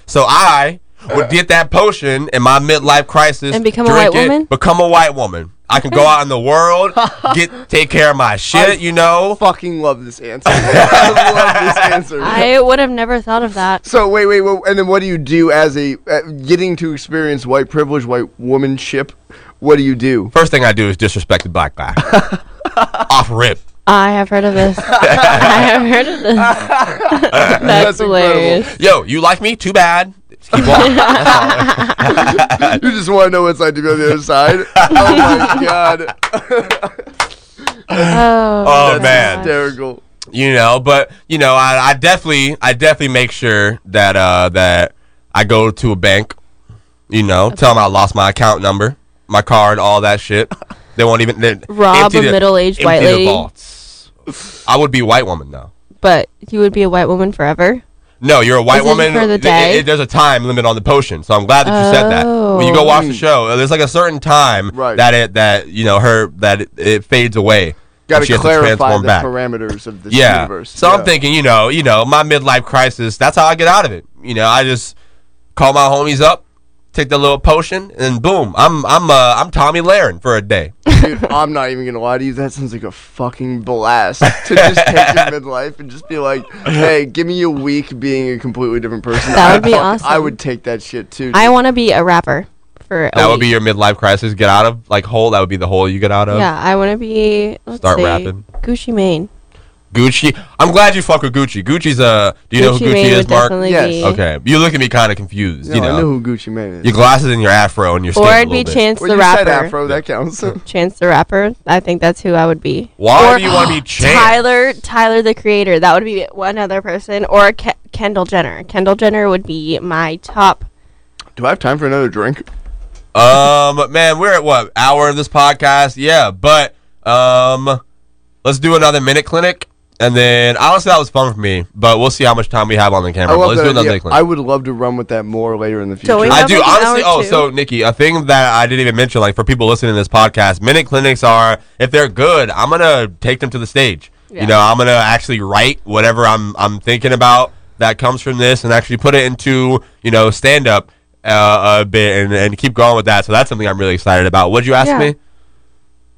S1: so I would get that potion in my midlife crisis
S6: And become a
S1: drink it,
S6: white woman?
S1: Become a white woman. I can go out in the world, get take care of my shit, you know.
S5: Fucking love this answer. I love this answer.
S6: I would have never thought of that.
S5: so wait, wait, wait, and then what do you do as a uh, getting to experience white privilege, white womanship? What do you do?
S1: First thing I do is disrespect the black guy. Off rip.
S6: I have heard of this. I have heard of this. That's,
S5: incredible.
S6: hilarious.
S1: Yo, you like me? Too bad. Just keep walking.
S5: You just want to know what's like to be on the other side. oh my god,
S6: Oh,
S1: Oh, man.
S5: hysterical.
S1: you know but you know I, I definitely i definitely make sure that uh that i go to a bank you know tell them i lost my account number my card all that shit they won't even they-
S6: Rob
S1: empty
S6: a
S1: the-
S6: middle-aged
S1: empty
S6: white
S1: the
S6: lady.
S1: vaults. i would be a white woman though
S6: But you would be a white woman forever.
S1: no, you're a white
S6: Is it
S1: woman.
S6: for the
S1: Th-
S6: day?
S1: it- it- there's a time limit on the potion, so I'm glad that you said that. When you go
S6: Oh.
S1: watch the show, uh, there's like a certain time
S5: Right.
S1: that it that you know her that it, it fades away. and
S5: Got
S1: she
S5: to
S1: has
S5: clarify
S1: transform
S5: the
S1: back.
S5: parameters of this
S1: yeah.
S5: universe.
S1: So
S5: Yeah.
S1: I'm thinking, you know, you know, my midlife crisis. That's how I get out of it. You know, I just call my homies up, take the little potion, and boom, I'm I'm uh, I'm Tommy Laren for a day.
S5: Dude, I'm not even gonna lie to you. That sounds like a fucking blast to just take your midlife and just be like, "Hey, give me a week being a completely different person."
S6: That would be
S5: fuck-
S6: awesome.
S5: I would take that shit too.
S6: I
S5: dude.
S6: want to be a rapper for. a
S1: That would be
S6: week.
S1: your midlife crisis. Get out of like hole. That would be the hole you get out of.
S6: Yeah, I want to be. Let's
S1: Start
S6: see,
S1: rapping.
S6: Gucci Mane.
S1: Gucci. I'm glad you fuck with Gucci. Gucci's uh Do you know who Gucci
S6: Mane
S1: is,
S6: would
S1: Mark?
S6: definitely
S5: Yes.
S6: be.
S1: Okay. You look at me kind of confused.
S5: No,
S1: you know,
S5: I know who Gucci Mane is.
S1: your glasses and your afro and your. stink
S6: Or
S1: a
S6: I'd be
S1: little bit.
S6: Chance
S5: well,
S6: the
S5: you said
S6: Rapper.
S5: afro. That counts.
S6: Chance the Rapper. I think that's who I would be.
S1: Why
S6: Or
S1: do you want to be Chance?
S6: Tyler, Tyler the Creator. That would be one other person. Or Ke- Kendall Jenner. Kendall Jenner would be my top.
S5: Do I have time for another drink?
S1: Um, man, we're at what hour of this podcast? Yeah, but um, let's do another minute clinic, and then honestly, that was fun for me. But we'll see how much time we have on the camera.
S5: I
S1: But
S5: love
S1: let's do
S5: that.
S1: another
S5: idea.
S1: minute
S5: I
S1: clinic.
S5: would love to run with that more later in the future.
S6: Don't we-
S1: I,
S6: That
S1: do
S6: was like an
S1: honestly.
S6: hour
S1: Oh,
S6: too.
S1: so Nikki, a thing that I didn't even mention, like for people listening to this podcast, minute clinics are if they're good, I'm gonna take them to the stage.
S6: Yeah.
S1: You know, I'm gonna actually write whatever I'm I'm thinking about that comes from this, and actually put it into you know stand up. Uh, a bit and, and keep going with that. So that's something I'm really excited about. Would you ask
S6: Yeah.
S1: me?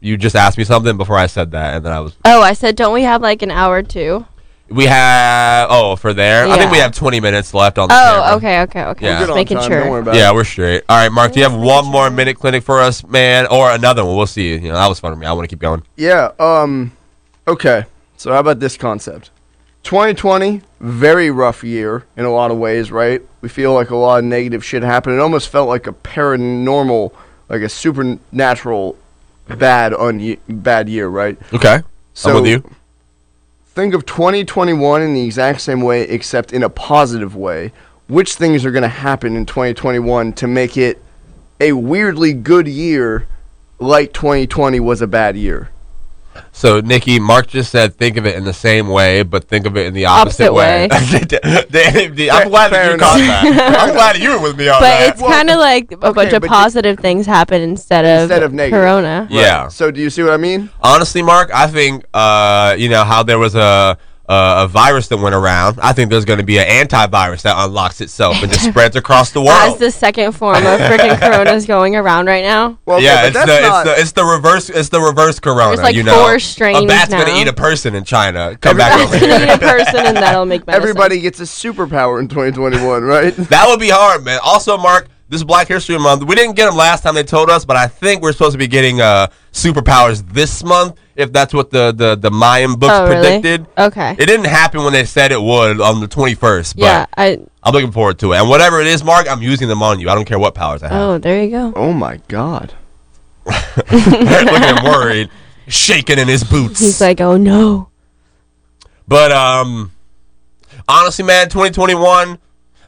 S1: you just asked me something before I said that, and then I was
S6: Oh, I said, don't we have like an hour or two?
S1: we have oh for there. I think we
S6: Yeah.
S1: have 20 minutes left on the camera.
S6: Oh, okay, okay, okay.
S1: Yeah.
S5: We're
S6: Just
S5: good on
S6: making
S5: time, Don't worry
S6: sure.
S5: about
S1: Yeah,
S5: it.
S1: we're straight. All right, Mark, do you have one more minute clinic for us, man, or another one? We'll see. You know, that was fun for me. I want to keep going.
S5: Yeah. Um. Okay. So how about this concept? 2020, very rough year in a lot of ways, right? We feel like a lot of negative shit happened. It almost felt like a paranormal, like a supernatural, bad un- bad year, right?
S1: Okay,
S5: So
S1: I'm with you.
S5: think of 2021 in the exact same way, except in a positive way. Which things are going to happen in 2021 to make it a weirdly good year, like 2020 was a bad year?
S1: So, Nikki, Mark just said think of it in the same way, but think of it in the opposite,
S6: Opposite
S1: way.
S6: way.
S1: The- the- I'm glad that
S5: fair
S1: you
S5: enough.
S1: caught that. I'm glad that you were with me on
S6: But
S1: that.
S6: it's kind of like a bunch of
S5: but you-
S6: positive things happen instead of,
S5: Instead of negative.
S6: Corona.
S1: yeah.
S5: So do you see what I mean?
S1: honestly, Mark, I think uh, you know how there was a a, a virus that went around. I think there's going to be an antivirus that unlocks itself and just spreads across the
S6: As
S1: world.
S6: the second form of freaking Corona's going around right now.
S5: Well, okay,
S1: yeah,
S5: but
S1: it's
S5: that's
S1: the, it's
S5: not-
S1: the it's the reverse it's the reverse corona.
S6: There's like
S1: you know,
S6: four strains
S1: a bat's
S6: now.
S1: gonna eat a person in China. Come back
S6: That's
S1: over
S6: gonna
S1: here.
S6: be a person, and that'll make medicine.
S5: everybody gets a superpower in 2021, right?
S1: That would be hard, man. Also, Mark, this Black History Month, we didn't get them last time they told us, but I think we're supposed to be getting uh, superpowers this month, if that's what the the, the Mayan books
S6: Oh, really?
S1: predicted.
S6: Okay.
S1: It didn't happen when they said it would on the 21st, but
S6: Yeah. I.
S1: I'm looking forward to it. And whatever it is, Mark, I'm using them on you. I don't care what powers I have.
S6: Oh, there you go.
S5: oh my god.
S1: Looking worried, shaking in his boots.
S6: He's like, oh no.
S1: but um, honestly, man, 2021.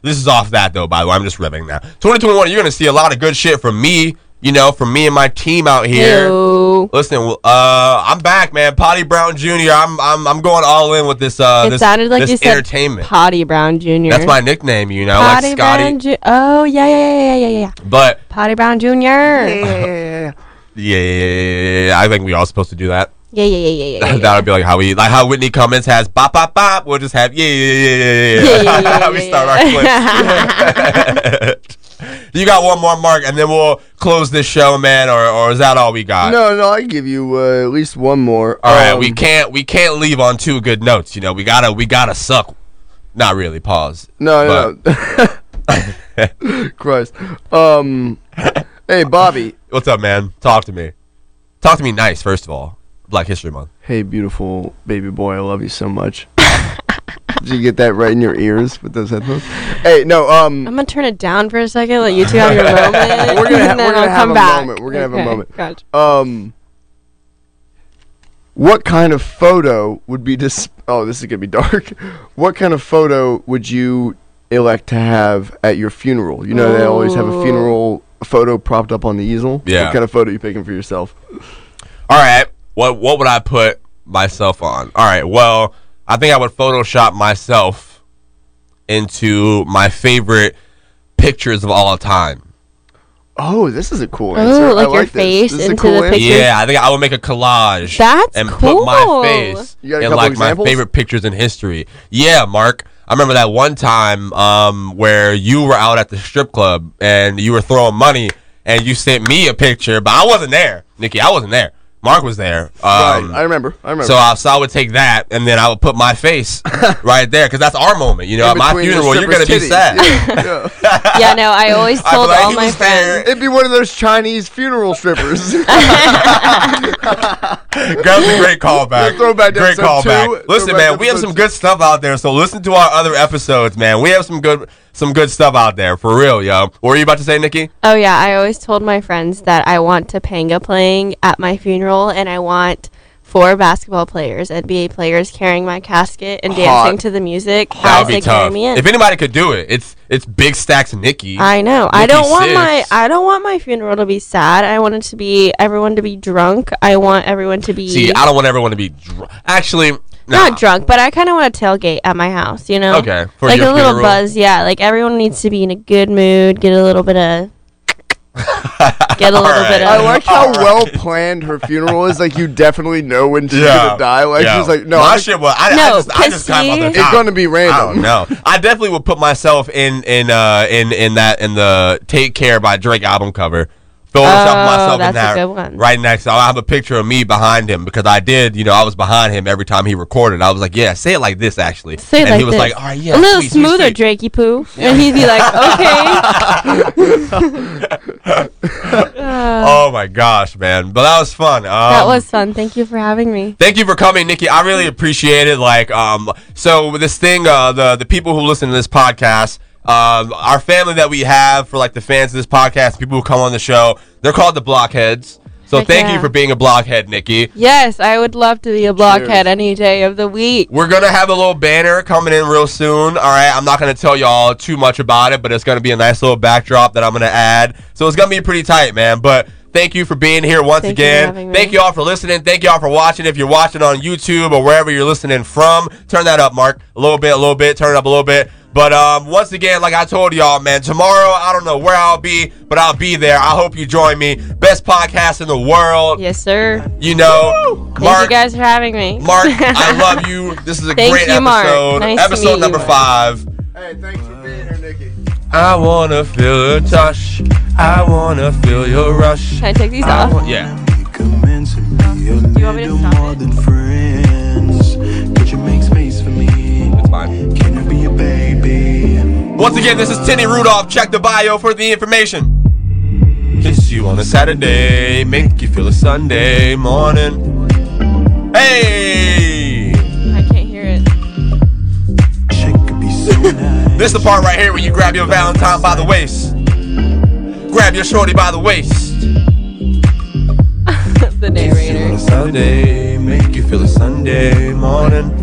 S1: This is off that though. By the way, I'm just ripping now. 2021, you're gonna see a lot of good shit from me. You know, from me and my team out here.
S6: Ew.
S1: Listen, uh, I'm back, man. Potty Brown Jr. I'm I'm I'm going all in with this.
S5: Oh,
S1: Uh,
S6: It
S1: this,
S6: sounded like
S1: this
S6: you said
S1: entertainment.
S6: Potty Brown Jr.
S1: That's my nickname, you know,
S6: Potty
S1: like Scotty.
S6: Brown Ju- Oh yeah, yeah, yeah, yeah, yeah, yeah.
S1: but
S6: Potty Brown Jr.
S5: Mm-hmm.
S6: Yeah,
S5: Yeah.
S1: yeah, yeah, yeah, yeah, I think we all supposed to do that.
S6: yeah, yeah, yeah, yeah. yeah.
S1: that would be like how we like how Whitney Cummings has bop bop bop. We'll just have yeah yeah yeah yeah yeah.
S6: Yeah, yeah, yeah,
S1: we
S6: yeah,
S1: start
S6: yeah.
S1: our clips. You got one more mark, and then we'll close this show, man. Or, or is that all we got?
S5: No, no, I give you uh, at least one more.
S1: All right,
S5: Um,
S1: we can't we can't leave on two good notes. You know, we gotta we gotta suck. Not really. Pause.
S5: No, no, no. Christ. Um. hey, Bobby.
S1: What's up, man? Talk to me. Talk to me nice, first of all. Black History Month.
S5: Hey, beautiful baby boy. I love you so much. Did you get that right in your ears with those headphones? Hey, no.
S6: I'm
S5: Um.
S6: gonna turn it down for a second. Let you two have your moment.
S5: We're gonna ha-
S6: and then
S5: we're gonna
S6: I'll
S5: have
S6: come
S5: a
S6: back.
S5: moment. We're gonna have a
S6: Okay,
S5: moment.
S6: Gotcha.
S5: Um. What kind of photo would be dis? Oh, this is gonna be dark. What kind of photo would you elect to have at your funeral? You know, they always have a
S6: Ooh.
S5: funeral photo propped up on the easel.
S1: Yeah.
S5: What kind of photo you picking for yourself?
S1: All right. What what would I put myself on? All right. Well, I think I would Photoshop myself into my favorite pictures of all time.
S5: Oh, this is a cool answer.
S6: Oh,
S5: I
S6: like your
S5: this.
S6: face
S5: This is a
S6: into
S5: cool
S6: the
S5: answer.
S6: picture.
S1: Yeah, I think I would make a collage
S6: That's
S1: and put
S6: cool.
S1: my face
S5: You got a
S1: in
S5: couple
S1: like
S5: examples?
S1: my favorite pictures in history. Yeah, Mark. I remember that one time um, where you were out at the strip club and you were throwing money and you sent me a picture, but I wasn't there, Nikki. I wasn't there. Mark was there. Um,
S5: right. I remember. I remember.
S1: So I, so I would take that, and then I would put my face right there, because that's our moment. You know,
S5: In
S1: at my
S5: between the
S1: funeral, you're gonna
S5: stripper's
S1: be
S5: titties.
S1: sad.
S5: Yeah, yeah.
S6: Yeah, no, I always
S1: I'd be
S6: told
S1: like,
S6: all
S1: "He
S6: my
S1: was there."
S6: friends.
S5: It'd be one of those Chinese funeral strippers.
S1: That was a great callback.
S5: Throwback to
S1: great
S5: episode
S1: callback.
S5: two,
S1: Listen,
S5: throwback
S1: man,
S5: to
S1: we have
S5: episode
S1: some
S5: two.
S1: good stuff out there. So listen to our other episodes, man. We have some good some good stuff out there for real, yo. What were you about to say, Nikki?
S6: Oh yeah, I always told my friends that I want Topanga playing at my funeral, and I want four basketball players, NBA players, carrying my casket and dancing to the music.
S1: That
S6: Guys,
S1: would be
S6: like,
S1: tough.
S6: carry me in.
S1: If anybody could do it, it's it's Big Stacks Nikki.
S6: I know. I
S1: Nikki
S6: don't want my
S1: Sixx.
S6: I don't want my funeral to be sad. I want it to be everyone to be drunk. I want everyone to be
S1: See, I don't want everyone to be dr- actually. Nah.
S6: not drunk, but I kind of want to tailgate at my house. You know,
S1: Okay, for
S6: like
S1: your
S6: a little
S1: funeral.
S6: buzz. Yeah, like everyone needs to be in a good mood. Get a little bit of get a little
S1: Alright.
S6: bit of.
S5: I like how well planned her funeral is. Like you definitely know when she's gonna die. Like
S1: yeah.
S5: she's like, no,
S1: my
S5: I'm-
S1: shit was. I, I
S6: No,
S1: just, I just kind of
S6: Christy.
S1: about
S5: it's
S1: to die.
S5: gonna be
S1: I don't
S5: random.
S1: know. I definitely would put myself in in uh in in that in the "Take Care" by Drake album cover. Photoshop
S6: Oh,
S1: myself in
S6: that's a
S1: that
S6: good one.
S1: right next. I'll have a picture of me behind him because I did. You know, I was behind him every time he recorded. I was like, "Yeah, say it like this, actually."
S6: Say it
S1: and
S6: like
S1: he was
S6: this.
S1: like, "All right, yeah,
S6: a little
S1: sweet, sweet,
S6: smoother,
S1: sweet."
S6: Drakey poo, and he'd be like, "Okay."
S1: Oh my gosh, man! But that was fun. Um,
S6: That was fun. Thank you for having me.
S1: Thank you for coming, Nikki. I really appreciate it. Like, um, so this thing, uh, the the people who listen to this podcast, um, our family that we have for like the fans of this podcast, people who come on the show, they're called the Blockheads. So
S6: Heck
S1: thank you
S6: yeah.
S1: for being a blockhead, Nikki.
S6: Yes, I would love to be a blockhead any day of the week.
S1: We're gonna have a little banner coming in real soon. All right, I'm not gonna tell y'all too much about it, but it's gonna be a nice little backdrop that I'm gonna add. So it's gonna be pretty tight, man. But thank you for being here once
S6: Thank you for
S1: again.
S6: having me.
S1: thank you all for listening. Thank you all for watching. If you're watching on YouTube or wherever you're listening from, turn that up, Mark. A little bit, a little bit. Turn it up a little bit. But um, once again, like I told y'all, man, tomorrow I don't know where I'll be, but I'll be there. I hope you join me. Best podcast in the world.
S6: Yes, sir.
S1: You know,
S6: Thank you
S1: Mark.
S6: guys for having me.
S1: Mark, I love you. This is a
S6: Thank
S1: great
S6: you,
S1: episode.
S6: Mark. Nice to
S1: episode
S6: meet you,
S1: number
S6: Mark.
S1: five.
S5: Hey, thanks for being here, Nikki.
S1: I wanna feel a touch. I wanna feel your rush.
S6: Can I take these
S1: I
S6: off?
S1: wa- yeah.
S7: You commence to be a
S6: you want me to
S7: little
S6: stop
S7: more
S6: it?
S7: than friends. Could you make space for me?
S1: It's mine.
S7: Can I be your baby?
S1: Once again, this is Tinny Rudolph. Check the bio for the information. Kiss you on a Saturday, make you feel a Sunday morning. Hey!
S6: I can't hear it.
S7: Shit could be so nice.
S1: This is the part right here where you grab your Valentine by the waist. Grab your shorty by the waist.
S6: the narrator.
S1: Sunday, make you feel a Sunday morning.